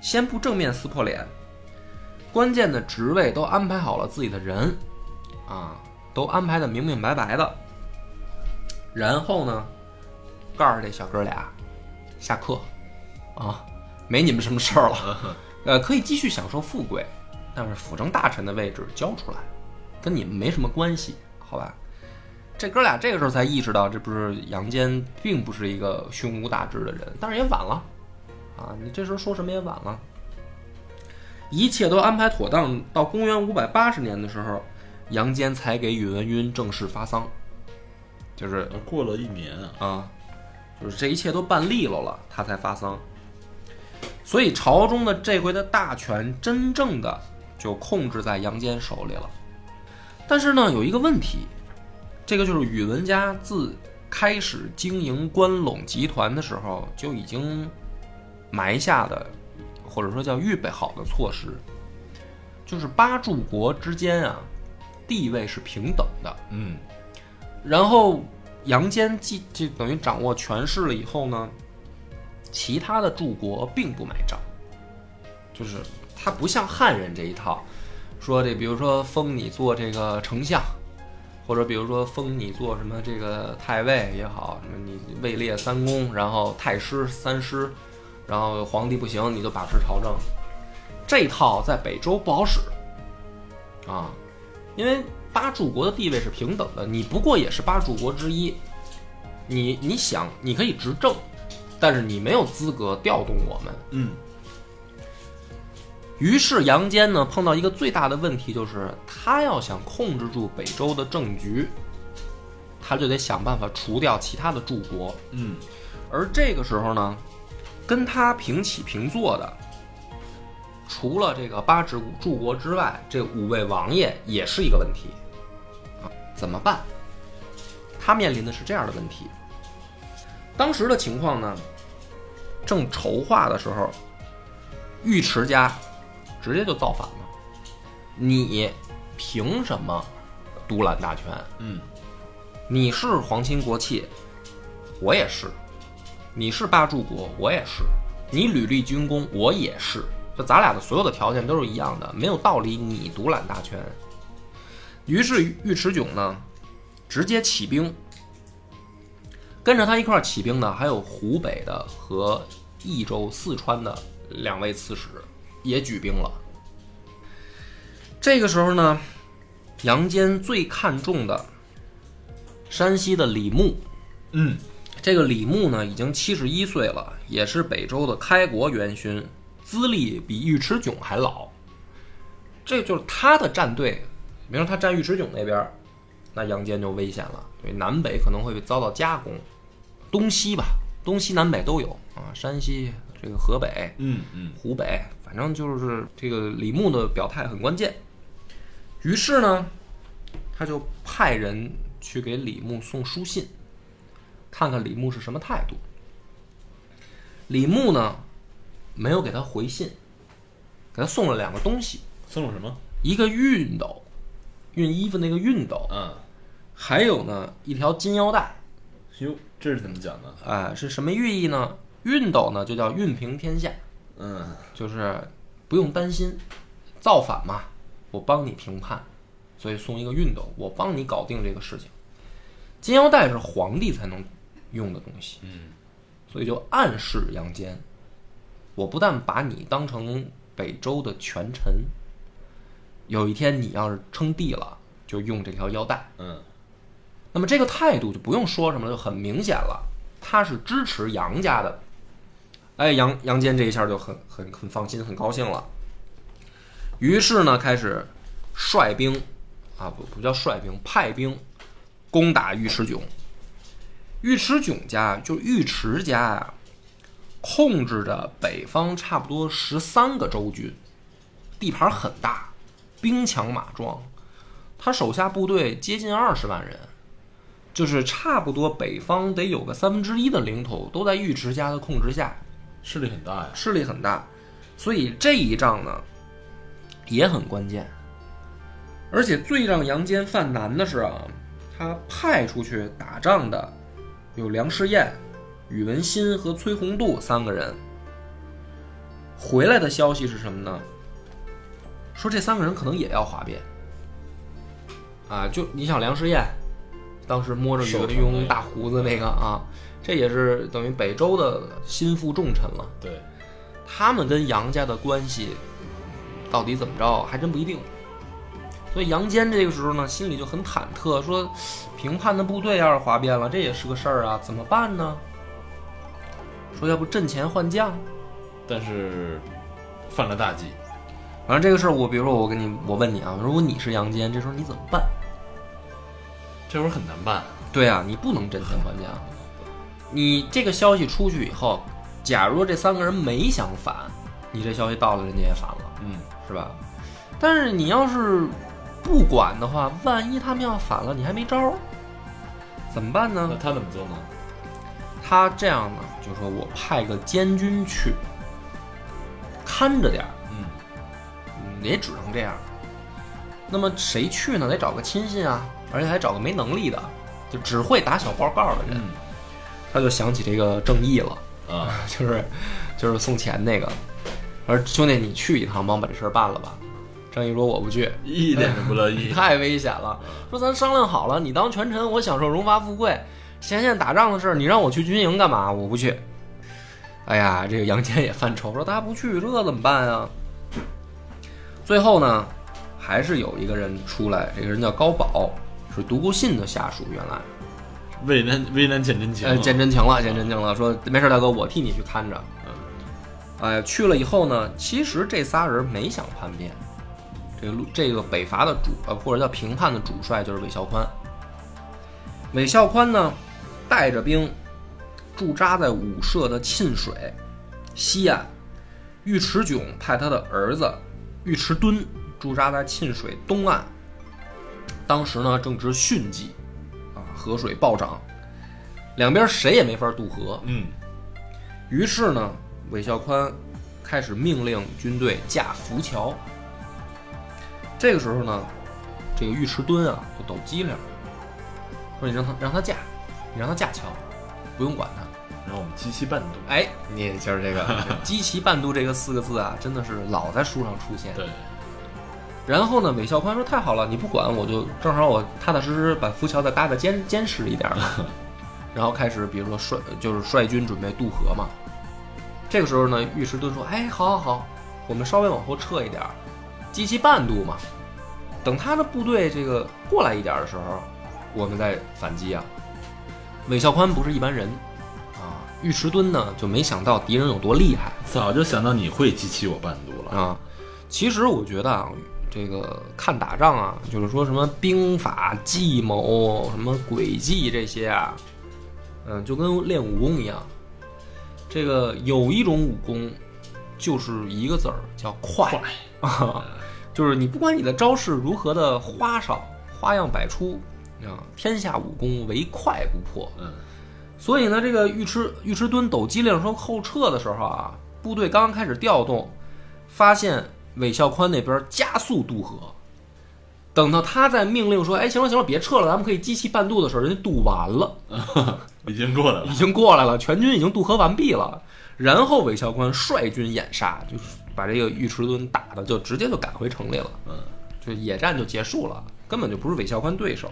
[SPEAKER 2] 先不正面撕破脸，关键的职位都安排好了自己的人，啊，都安排的明明白白的。然后呢，告诉这小哥俩，下课，啊，没你们什么事儿了，呃，可以继续享受富贵，但是辅政大臣的位置交出来，跟你们没什么关系，好吧？这哥俩这个时候才意识到，这不是杨坚并不是一个胸无大志的人，但是也晚了，啊，你这时候说什么也晚了。一切都安排妥当，到公元五百八十年的时候，杨坚才给宇文赟正式发丧，就是
[SPEAKER 3] 过了一年啊，
[SPEAKER 2] 啊，就是这一切都办利落了，他才发丧。所以朝中的这回的大权真正的就控制在杨坚手里了。但是呢，有一个问题，这个就是宇文家自开始经营关陇集团的时候就已经埋下的，或者说叫预备好的措施，就是八柱国之间啊地位是平等的。
[SPEAKER 3] 嗯，
[SPEAKER 2] 然后杨坚既就等于掌握权势了以后呢，其他的诸国并不买账，就是他不像汉人这一套，说这比如说封你做这个丞相，或者比如说封你做什么这个太尉也好，什么你位列三公，然后太师、三师，然后皇帝不行你就把持朝政，这套在北周不好使啊，因为八柱国的地位是平等的，你不过也是八柱国之一。你你想，你可以执政，但是你没有资格调动我们。
[SPEAKER 3] 嗯，
[SPEAKER 2] 于是杨坚呢碰到一个最大的问题，就是他要想控制住北周的政局，他就得想办法除掉其他的柱国。
[SPEAKER 3] 嗯，
[SPEAKER 2] 而这个时候呢，跟他平起平坐的，除了这个八指柱国之外，这五位王爷也是一个问题啊，怎么办？他面临的是这样的问题。当时的情况呢，正筹划的时候，尉迟家直接就造反了。你凭什么独揽大权？
[SPEAKER 3] 嗯，
[SPEAKER 2] 你是皇亲国戚，我也是；你是八柱国，我也是；你屡立军功，我也是。就咱俩的所有的条件都是一样的，没有道理你独揽大权。于是尉迟迥呢，直接起兵。跟着他一块儿起兵的还有湖北的和益州、四川的两位刺史，也举兵了。这个时候呢，杨坚最看重的山西的李牧，
[SPEAKER 3] 嗯，
[SPEAKER 2] 这个李牧呢，已经七十一岁了，也是北周的开国元勋，资历比尉迟迥还老，这就是他的战队。比如说他站尉迟迥那边儿，那杨坚就危险了，对南北可能会遭到夹攻，东西吧，东西南北都有啊，山西这个河北，
[SPEAKER 3] 嗯嗯
[SPEAKER 2] 湖北，反正就是这个李牧的表态很关键。于是呢，他就派人去给李牧送书信，看看李牧是什么态度。李牧呢，没有给他回信，给他送了两个东西，
[SPEAKER 3] 送了什么？
[SPEAKER 2] 一个熨斗，熨衣服那个熨斗，
[SPEAKER 3] 嗯，
[SPEAKER 2] 还有呢一条金腰带。
[SPEAKER 3] 哟，这是怎么讲呢？
[SPEAKER 2] 哎、是什么寓意呢？熨斗呢就叫熨平天下，
[SPEAKER 3] 嗯，
[SPEAKER 2] 就是不用担心造反嘛，我帮你评判，所以送一个熨斗，我帮你搞定这个事情。金腰带是皇帝才能用的东西，嗯，所以就暗示杨坚，我不但把你当成北周的权臣，有一天你要是称帝了，就用这条腰带。
[SPEAKER 3] 嗯
[SPEAKER 2] 那么这个态度就不用说什么了，就很明显了，他是支持杨家的。哎，杨杨坚这一下就很很很放心，很高兴了。于是呢，开始率兵，啊不不叫率兵，派兵攻打尉迟迥。尉迟迥家就尉迟家呀，控制着北方差不多十三个州郡，地盘很大，兵强马壮，他手下部队接近二十万人。就是差不多北方得有个三分之一的领土都在尉迟家的控制下，
[SPEAKER 3] 势力很大呀。
[SPEAKER 2] 势力很大，所以这一仗呢也很关键。而且最让杨坚犯难的是啊，他派出去打仗的有梁士燕、宇文新和崔洪度三个人。回来的消息是什么呢？说这三个人可能也要哗变。啊，就你想梁士燕，当时摸着
[SPEAKER 3] 守
[SPEAKER 2] 有个
[SPEAKER 3] 城
[SPEAKER 2] 雍
[SPEAKER 3] 的
[SPEAKER 2] 大胡子那个啊，这也是等于北周的心腹重臣了。
[SPEAKER 3] 对，
[SPEAKER 2] 他们跟杨家的关系到底怎么着，还真不一定。所以杨坚这个时候呢，心里就很忐忑，说平叛的部队要是哗变了，这也是个事儿啊，怎么办呢？说要不阵前换将，
[SPEAKER 3] 但是犯了大忌。
[SPEAKER 2] 反正这个事儿，我比如说我跟你，我问你啊，如果你是杨坚，这时候你怎么办？
[SPEAKER 3] 这会儿很难办，
[SPEAKER 2] 对啊，你不能阵前换将。 你这个消息出去以后，假如这三个人没想反，你这消息到了，人家也反了。
[SPEAKER 3] 嗯，
[SPEAKER 2] 是吧？但是你要是不管的话，万一他们要反了，你还没招儿，怎么办
[SPEAKER 3] 那
[SPEAKER 2] 呢？
[SPEAKER 3] 他怎么做呢？
[SPEAKER 2] 他这样呢，就说我派个监军去看着点儿，
[SPEAKER 3] 嗯，
[SPEAKER 2] 嗯也只能这样。那么谁去呢？得找个亲信啊，而且还找个没能力的，就只会打小报告的人。
[SPEAKER 3] 嗯
[SPEAKER 2] 他就想起这个郑义了，
[SPEAKER 3] 啊，
[SPEAKER 2] 就是就是送钱那个。我说兄弟，你去一趟，帮我把这事儿办了吧。郑义说我不去，
[SPEAKER 3] 一点都不乐 意。
[SPEAKER 2] 太危险了。说咱商量好了，你当权臣，我享受荣华富贵。前线打仗的事儿，你让我去军营干嘛？我不去。哎呀，这个杨坚也犯愁，说他不去，这怎么办啊？最后呢，还是有一个人出来，这个人叫高保，是独孤信的下属，原来。
[SPEAKER 3] 危难危难见真情啊。
[SPEAKER 2] 呃，见真情了，见真情了，说没事，大哥，我替你去看着。哎、去了以后呢，其实这仨人没想叛变。这个陆这个北伐的主呃，或者叫平叛的主帅就是韦孝宽。韦孝宽呢，带着兵驻扎在武社的沁水西岸，尉迟迥派他的儿子尉迟敦驻扎在沁水东岸。当时呢，正值汛季，啊，河水暴涨，两边谁也没法渡河。
[SPEAKER 3] 嗯，
[SPEAKER 2] 于是呢，韦孝宽开始命令军队架浮桥。这个时候呢，这个尉迟敦啊就抖机灵，说你让他让他架，你让他架桥，不用管他。
[SPEAKER 3] 然后我们极其伴读。
[SPEAKER 2] 哎，你就是这个 “积其半渡”这个四个字啊，真的是老在书上出现。
[SPEAKER 3] 对，
[SPEAKER 2] 然后呢，韦孝宽说：“太好了，你不管我就正好我踏踏实实把浮桥再搭的坚坚实一点嘛。”然后开始，比如说率就是率军准备渡河嘛。这个时候呢，尉迟敦说：“哎，好好好，我们稍微往后撤一点儿，积其半渡嘛。等他的部队这个过来一点儿的时候，我们再反击啊。”韦孝宽不是一般人啊，尉迟敦呢就没想到敌人有多厉害
[SPEAKER 3] 早就想到你会激起我半读了。
[SPEAKER 2] 啊。其实我觉得啊，这个看打仗啊，就是说什么兵法、计谋、什么诡计这些啊，嗯，就跟练武功一样。这个有一种武功，就是一个字儿叫快啊， 就是你不管你的招式如何的花哨、花样百出啊，天下武功唯快不破。
[SPEAKER 3] 嗯，
[SPEAKER 2] 所以呢，这个尉迟尉迟敦抖机灵说后撤的时候啊，部队刚刚开始调动，发现韦孝宽那边加速渡河。等到他在命令说：“哎，行了行了，别撤了，咱们可以机器半渡”的时候，人家渡完了，
[SPEAKER 3] 已经过来
[SPEAKER 2] 已
[SPEAKER 3] 了。
[SPEAKER 2] 经过来了，全军已经渡河完毕了。然后韦孝宽率军掩杀，就是把这个尉迟敦打的就直接就赶回城里了。
[SPEAKER 3] 嗯，
[SPEAKER 2] 就野战就结束了，根本就不是韦孝宽对手。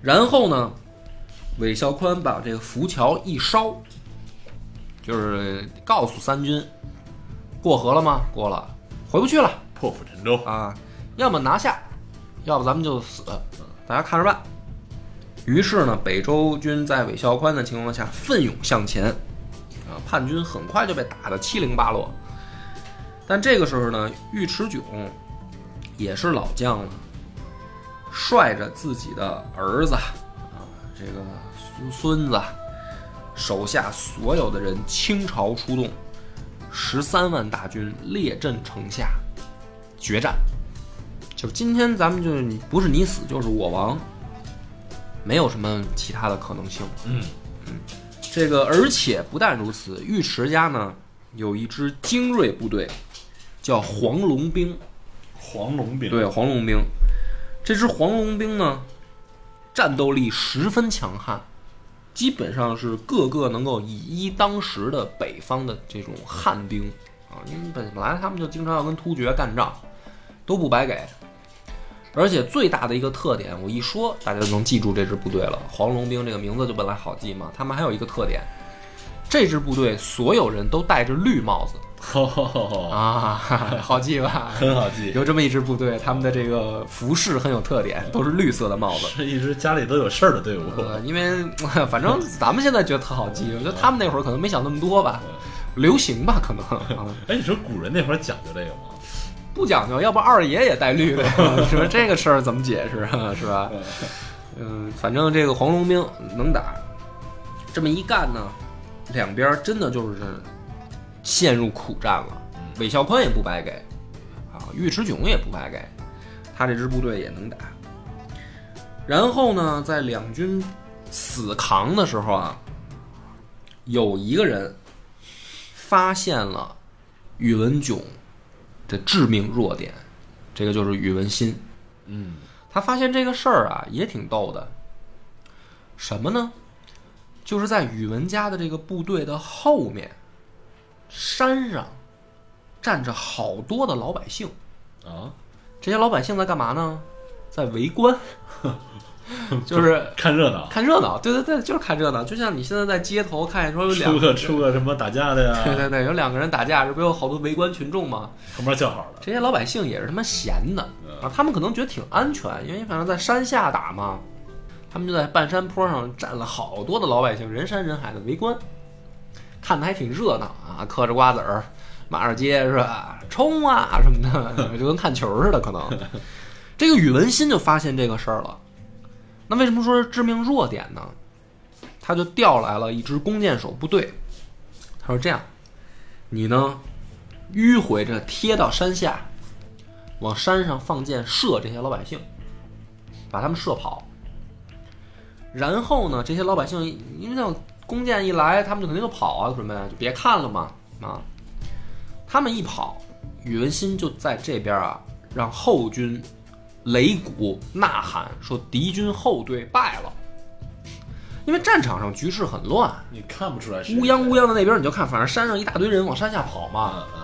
[SPEAKER 2] 然后呢，韦孝宽把这个浮桥一烧，就是告诉三军，过河了吗？过了，回不去了
[SPEAKER 3] 破釜沉舟。
[SPEAKER 2] 啊，要么拿下，要不咱们就死，大家看着办。于是呢，北周军在韦孝宽的情况下奋勇向前，啊，叛军很快就被打得七零八落。但这个时候呢，尉迟迥也是老将了，率着自己的儿子啊，这个孙孙子，手下所有的人倾巢出动，十三万大军列阵城下，决战。就今天咱们就是你不是你死就是我亡，没有什么其他的可能性。
[SPEAKER 3] 嗯
[SPEAKER 2] 这个，而且不但如此，尉迟家呢有一支精锐部队，叫黄龙兵。
[SPEAKER 3] 黄龙兵
[SPEAKER 2] 对，黄龙兵，这支黄龙兵呢，战斗力十分强悍，基本上是个个能够以一当十的北方的这种汉兵啊，因为本来他们就经常要跟突厥干仗，都不白给。而且最大的一个特点，我一说大家就能记住这支部队了。黄龙兵这个名字就本来好记嘛，他们还有一个特点，这支部队所有人都戴着绿帽子
[SPEAKER 3] 哦，
[SPEAKER 2] 啊，好记吧？
[SPEAKER 3] 很好记，
[SPEAKER 2] 有这么一支部队，他们的这个服饰很有特点，都是绿色的帽子。
[SPEAKER 3] 是一支家里都有事儿的队伍。
[SPEAKER 2] 呃，因为 反正咱们现在觉得特好记，我觉得他们那会儿可能没想那么多吧，流行吧，可能啊
[SPEAKER 3] 哎，你说古人那会儿讲究这个吗？
[SPEAKER 2] 不讲究，要不二爷也带绿的呀，你说这个事儿怎么解释啊？是吧？嗯，反正这个黄龙兵能打，这么一干呢，两边儿真的就是陷入苦战了。韦孝宽也不白给，啊，尉迟迥也不白给，他这支部队也能打。然后呢，在两军死扛的时候啊，有一个人发现了宇文炯的致命弱点，这个就是宇文新。
[SPEAKER 3] 嗯，
[SPEAKER 2] 他发现这个事儿啊也挺逗的，什么呢？就是在宇文家的这个部队的后面，山上站着好多的老百姓。
[SPEAKER 3] 啊，
[SPEAKER 2] 这些老百姓在干嘛呢？在围观，就是
[SPEAKER 3] 看热闹，
[SPEAKER 2] 看热闹。对对对，就是看热闹。就像你现在在街头看见说有两
[SPEAKER 3] 出个出个什么打架的
[SPEAKER 2] 对
[SPEAKER 3] 呀，
[SPEAKER 2] 对对，有两个人打架，这不有好多围观群众吗？
[SPEAKER 3] 旁边叫好了。
[SPEAKER 2] 这些老百姓也是他妈闲的啊，他们可能觉得挺安全，因为反正在山下打嘛，他们就在半山坡上站了好多的老百姓，人山人海的围观，看的还挺热闹啊，嗑着瓜子儿，骂着街是吧？冲啊什么的， 就跟看球似的。可能这个宇文新就发现这个事儿了，那为什么说是致命弱点呢？他就调来了一支弓箭手部队，他说这样，你呢迂回着贴到山下，往山上放箭射这些老百姓，把他们射跑。然后呢，这些老百姓因为那种弓箭一来，他们就肯定就跑啊，准备就别看了嘛啊。他们一跑，宇文新就在这边啊，让后军擂鼓呐喊说敌军后队败了，因为战场上局势很乱，
[SPEAKER 3] 你看不出来是
[SPEAKER 2] 乌泱乌泱的那边你就看，反正山上一大堆人往山下跑嘛。
[SPEAKER 3] 啊，嗯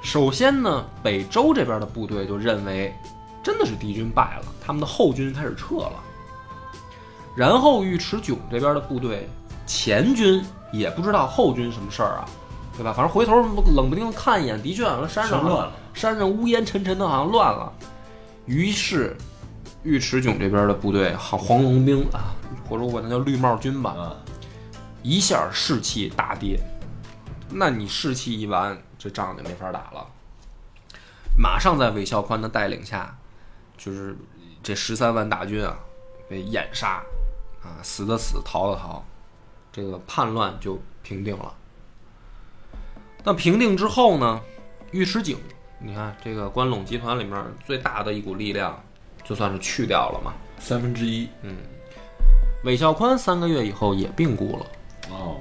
[SPEAKER 2] 首先呢，北周这边的部队就认为真的是敌军败了，他们的后军开始撤了。然后尉迟迥这边的部队前军也不知道后军什么事儿啊，对吧？反正回头冷不丁看一眼，的确好像山上
[SPEAKER 3] 山乱了
[SPEAKER 2] 山上乌烟沉沉的，好像乱了。于是尉迟迥这边的部队，好黄龙兵啊，或者我管它叫绿帽军吧，
[SPEAKER 3] 嗯，
[SPEAKER 2] 一一下士气大跌。那你士气一完，这仗就没法打了。马上在韦孝宽的带领下，就是这十三万大军啊，被掩杀，啊，死的死，逃的逃，这个叛乱就平定了。那平定之后呢，尉迟景，你看这个关陇集团里面最大的一股力量，就算是去掉了嘛。
[SPEAKER 3] 三分之一
[SPEAKER 2] 韦孝宽三个月以后也病故了。
[SPEAKER 3] 哦，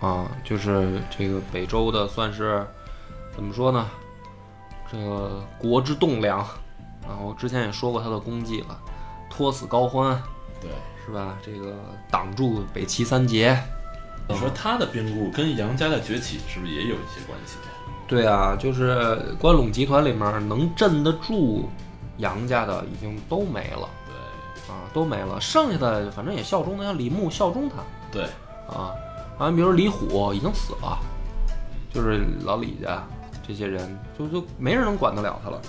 [SPEAKER 2] 啊，就是这个北周的算是怎么说呢？这个国之栋梁啊，我之前也说过他的功绩了，托死高欢
[SPEAKER 3] 对，
[SPEAKER 2] 是吧？这个挡住北齐三杰，
[SPEAKER 3] 你说他的病故跟杨家的崛起是不是也有一些关系？
[SPEAKER 2] 对啊，就是关陇集团里面能镇得住杨家的已经都没了
[SPEAKER 3] 对
[SPEAKER 2] 啊，都没了，剩下的反正也效忠他，像李牧效忠他，
[SPEAKER 3] 对，
[SPEAKER 2] 啊，完比如李虎已经死了，就是老李家这些人，就就没人能管得了他了。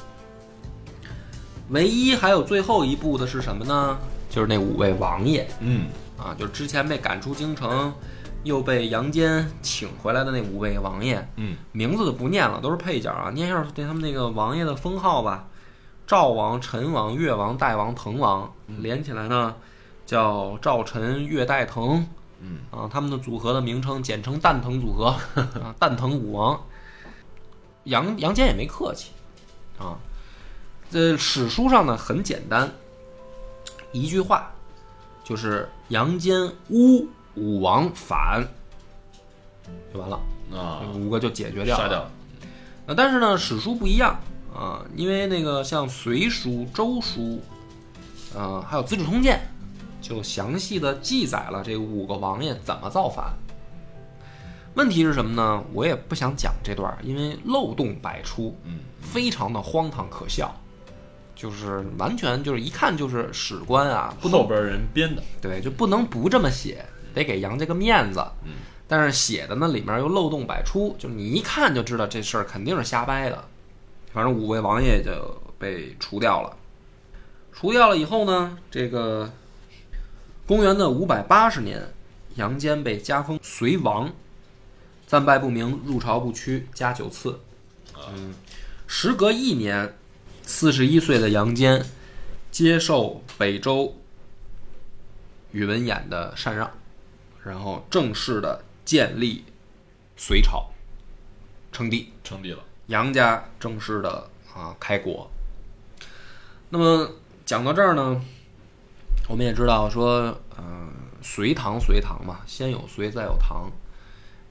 [SPEAKER 2] 唯一还有最后一步的是什么呢？就是那五位王爷
[SPEAKER 3] 嗯，
[SPEAKER 2] 啊，就是之前被赶出京城，又被杨坚请回来的那五位王爷，
[SPEAKER 3] 嗯，
[SPEAKER 2] 名字就不念了，都是配角啊，念一下对他们那个王爷的封号吧。赵王、陈王、越王、代王、滕王连起来呢，叫赵、陈、越、代、滕。
[SPEAKER 3] 嗯
[SPEAKER 2] 啊，他们的组合的名称简称蛋疼组合啊，蛋疼武王。杨杨坚也没客气啊，这史书上呢很简单，一句话，就是杨坚诬武王反，就完了，
[SPEAKER 3] 啊，
[SPEAKER 2] 五个就解决掉
[SPEAKER 3] 杀
[SPEAKER 2] 了。
[SPEAKER 3] 掉，
[SPEAKER 2] 呃，但是呢，史书不一样啊，因为那个像《隋书》《周书》，呃，还有《资治通鉴》，就详细的记载了这五个王爷怎么造反。问题是什么呢？我也不想讲这段儿，因为漏洞百出，
[SPEAKER 3] 嗯，
[SPEAKER 2] 非常的荒唐可笑，就是完全就是一看就是史官啊，不能
[SPEAKER 3] 后边人编的，
[SPEAKER 2] 对，就不能不这么写，得给杨家个面子。
[SPEAKER 3] 嗯，
[SPEAKER 2] 但是写的呢里面又漏洞百出，就是你一看就知道这事儿肯定是瞎掰的。反正五位王爷就被除掉了。除掉了以后呢，这个公元的五百八十年，杨坚被加封隋王，战败不明，入朝不屈，加九次。嗯，时隔一年，四十一岁的杨坚接受北周宇文衍的禅让，然后正式的建立隋朝，称帝，
[SPEAKER 3] 称帝了，
[SPEAKER 2] 杨家正式的啊开国。那么讲到这儿呢，我们也知道说，嗯、隋唐隋唐嘛，先有隋再有唐，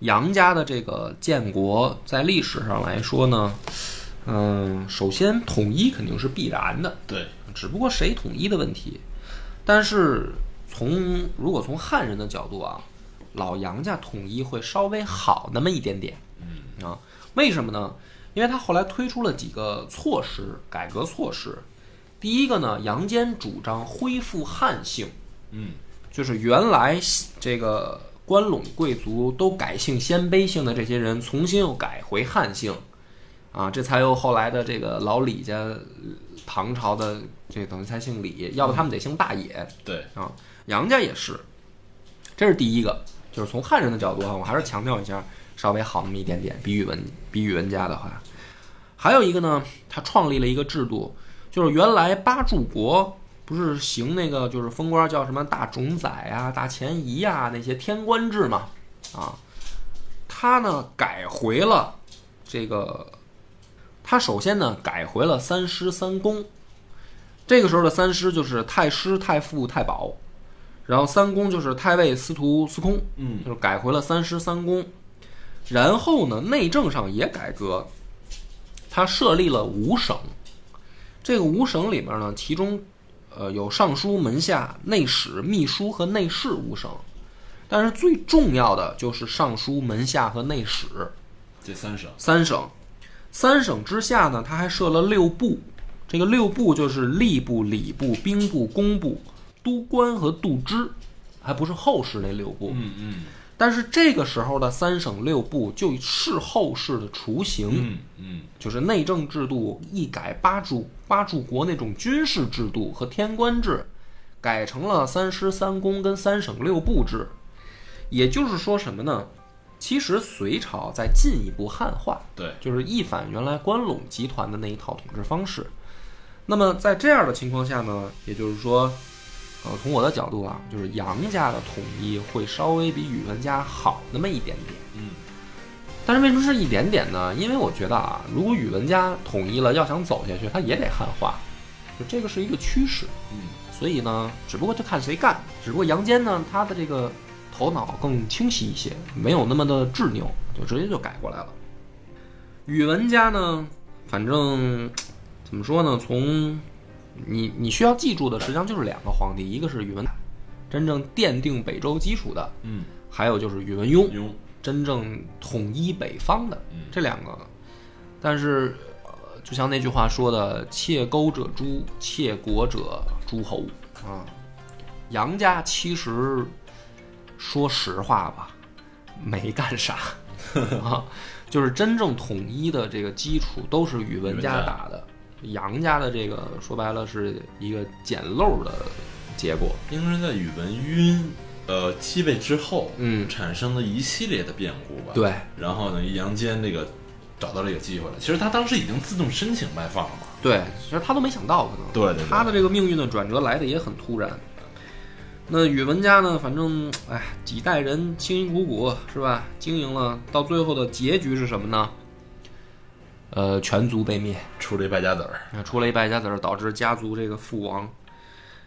[SPEAKER 2] 杨家的这个建国在历史上来说呢，嗯、首先统一肯定是必然的，
[SPEAKER 3] 对，
[SPEAKER 2] 只不过谁统一的问题。但是从如果从汉人的角度啊，老杨家统一会稍微好那么一点点，嗯啊，为什么呢？因为他后来推出了几个措施，改革措施。第一个呢，杨坚主张恢复汉姓，
[SPEAKER 3] 嗯，
[SPEAKER 2] 就是原来这个关陇贵族都改姓鲜卑姓的这些人，重新又改回汉姓，啊，这才有后来的这个老李家呃唐朝的这等于才姓李，要不他们得姓大野
[SPEAKER 3] 对，
[SPEAKER 2] 啊。杨家也是，这是第一个，就是从汉人的角度啊，我还是强调一下，稍微好那么一点点，比宇文比宇文家的话，还有一个呢，他创立了一个制度，就是原来八柱国不是行那个就是封官叫什么大冢宰啊、大前夷啊那些天官制嘛，啊，他呢改回了这个，他首先呢改回了三师三公，这个时候的三师就是太师、太傅、太保，然后三公就是太尉、司徒、司空，
[SPEAKER 3] 嗯，
[SPEAKER 2] 就是改回了三师三公。然后呢，内政上也改革，他设立了五省。这个五省里面呢，其中呃有尚书、门下、内史、秘书和内侍五省，但是最重要的就是尚书、门下和内史
[SPEAKER 3] 这三省，
[SPEAKER 2] 三省。三省之下呢，他还设了六部，这个六部就是吏部、礼部、兵部、工部、都官和度支，还不是后世那六部。
[SPEAKER 3] 嗯嗯
[SPEAKER 2] 但是这个时候的三省六部就是后世的雏形，
[SPEAKER 3] 嗯嗯，
[SPEAKER 2] 就是内政制度一改八柱八柱国那种军事制度和天官制，改成了三师三公跟三省六部制。也就是说什么呢？其实隋朝在进一步汉化，
[SPEAKER 3] 对，
[SPEAKER 2] 就是一反原来关陇集团的那一套统治方式。那么在这样的情况下呢，也就是说，呃，从我的角度啊，就是杨家的统一会稍微比宇文家好那么一点点。
[SPEAKER 3] 嗯，
[SPEAKER 2] 但是为什么是一点点呢？因为我觉得啊，如果宇文家统一了，要想走下去，它也得汉化，就这个是一个趋势。
[SPEAKER 3] 嗯，
[SPEAKER 2] 所以呢，只不过就看谁干。只不过杨坚呢，他的这个头脑更清晰一些，没有那么的执拗，就直接就改过来了。宇文家呢，反正怎么说呢，从你你需要记住的，实际上就是两个皇帝，一个是宇文，真正奠定北周基础的，
[SPEAKER 3] 嗯，
[SPEAKER 2] 还有就是宇文邕，
[SPEAKER 3] 庸，
[SPEAKER 2] 真正统一北方的
[SPEAKER 3] 嗯
[SPEAKER 2] 这两个。但是，呃，就像那句话说的，“窃钩者诛，窃国者诸侯”啊。杨家其实，说实话吧，没干 啥啊，就是真正统一的这个基础都是宇文
[SPEAKER 3] 宇
[SPEAKER 2] 家
[SPEAKER 3] 文家
[SPEAKER 2] 打的。杨家的这个说白了是一个捡漏的结果。
[SPEAKER 3] 应该是在宇文赟呃继位之后，
[SPEAKER 2] 嗯
[SPEAKER 3] 产生了一系列的变故吧。，
[SPEAKER 2] 对
[SPEAKER 3] 然后等于杨坚这个找到这个机会了。其实他当时已经自动申请外放了嘛。
[SPEAKER 2] 对，其实他都没想到，可能
[SPEAKER 3] 对对对
[SPEAKER 2] 他的这个命运的转折来的也很突然。那宇文家呢，反正哎，几代人辛辛苦苦是吧，经营了，到最后的结局是什么呢？呃，全族被灭，
[SPEAKER 3] 出了一败家子儿，
[SPEAKER 2] 啊出了一败家子儿，导致家族这个覆亡。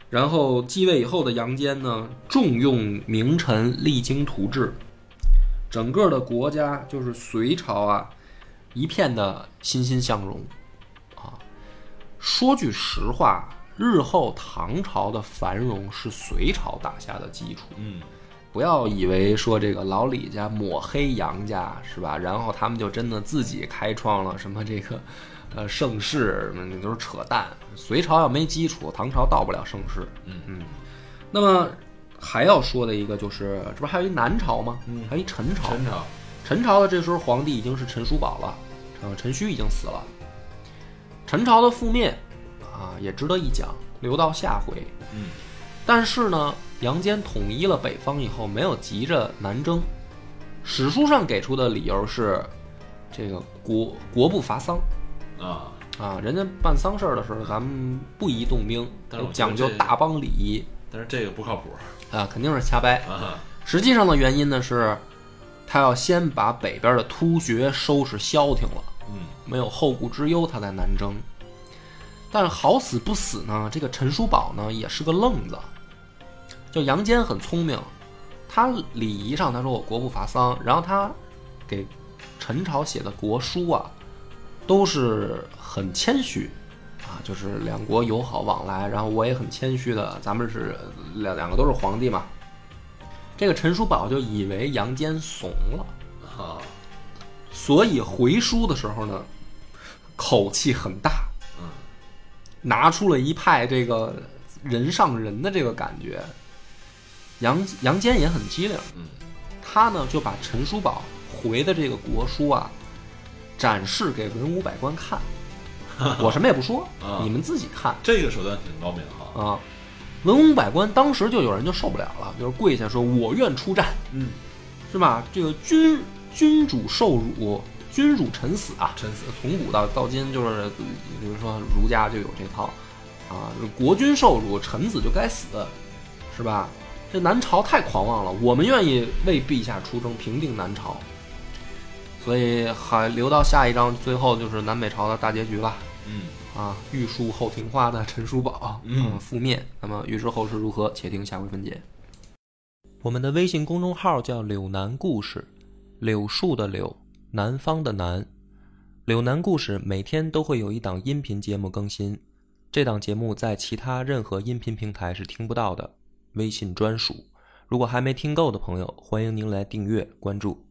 [SPEAKER 2] 然后继位以后的杨坚呢，重用名臣，励精图治，整个的国家就是隋朝啊，一片的欣欣向荣啊。说句实话，日后唐朝的繁荣是隋朝打下的基础。
[SPEAKER 3] 嗯，
[SPEAKER 2] 不要以为说这个老李家抹黑杨家是吧？然后他们就真的自己开创了什么这个， 呃，盛世，那那都是扯淡。隋朝要没基础，唐朝到不了盛世。
[SPEAKER 3] 嗯
[SPEAKER 2] 嗯。那么还要说的一个就是，这不还有一南朝吗？
[SPEAKER 3] 嗯
[SPEAKER 2] 还有一陈朝。
[SPEAKER 3] 陈朝，
[SPEAKER 2] 陈朝的这时候皇帝已经是陈叔宝了，呃，陈顼已经死了。陈朝的覆灭啊，也值得一讲，留到下回。
[SPEAKER 3] 嗯，
[SPEAKER 2] 但是呢，杨坚统一了北方以后，没有急着南征。史书上给出的理由是，这个国国不伐丧
[SPEAKER 3] 啊，
[SPEAKER 2] 啊，人家办丧事儿的时候，咱们不宜动兵
[SPEAKER 3] 但是，我觉得
[SPEAKER 2] 讲究
[SPEAKER 3] 这
[SPEAKER 2] 大邦礼仪
[SPEAKER 3] 但是这个不靠谱
[SPEAKER 2] 啊，肯定是瞎掰。
[SPEAKER 3] 啊。
[SPEAKER 2] 实际上的原因呢是，他要先把北边的突厥收拾消停了，
[SPEAKER 3] 嗯，
[SPEAKER 2] 没有后顾之忧，他才南征。但好死不死呢，这个陈叔宝呢也是个愣子，就杨坚很聪明，他礼仪上他说我国不伐丧，然后他给陈朝写的国书啊，都是很谦虚。啊，就是两国友好往来，然后我也很谦虚的，咱们是两两个都是皇帝嘛，这个陈叔宝就以为杨坚怂了，
[SPEAKER 3] 啊，
[SPEAKER 2] 所以回书的时候呢，口气很大，
[SPEAKER 3] 嗯，
[SPEAKER 2] 拿出了一派这个人上人的这个感觉。杨杨坚也很机灵，
[SPEAKER 3] 嗯，
[SPEAKER 2] 他呢就把陈叔宝回的这个国书啊，展示给文武百官 看，我什么也不说
[SPEAKER 3] 啊，
[SPEAKER 2] 你们自己看。
[SPEAKER 3] 这个手段挺高明哈。
[SPEAKER 2] 啊，文武百官当时就有人就受不了了，就是跪下说：“我愿出战。”
[SPEAKER 3] 嗯，
[SPEAKER 2] 是吧？这个君君主受辱，君主臣死啊，
[SPEAKER 3] 陈死，
[SPEAKER 2] 从古到到今就是，比如说儒家就有这套啊，就是国君受辱，臣子就该死，是吧？这南朝太狂妄了，我们愿意为陛下出征，平定南朝。所以还留到下一章，最后就是南北朝的大结局了。
[SPEAKER 3] 嗯，
[SPEAKER 2] 啊，玉树后庭花的陈叔宝，
[SPEAKER 3] 嗯
[SPEAKER 2] 呃覆灭。那么预知后事如何，且听下回分解。我们的微信公众号叫“柳南故事”，柳树的柳，南方的南。柳南故事每天都会有一档音频节目更新，这档节目在其他任何音频平台是听不到的，微信专属。如果还没听够的朋友，欢迎您来订阅关注。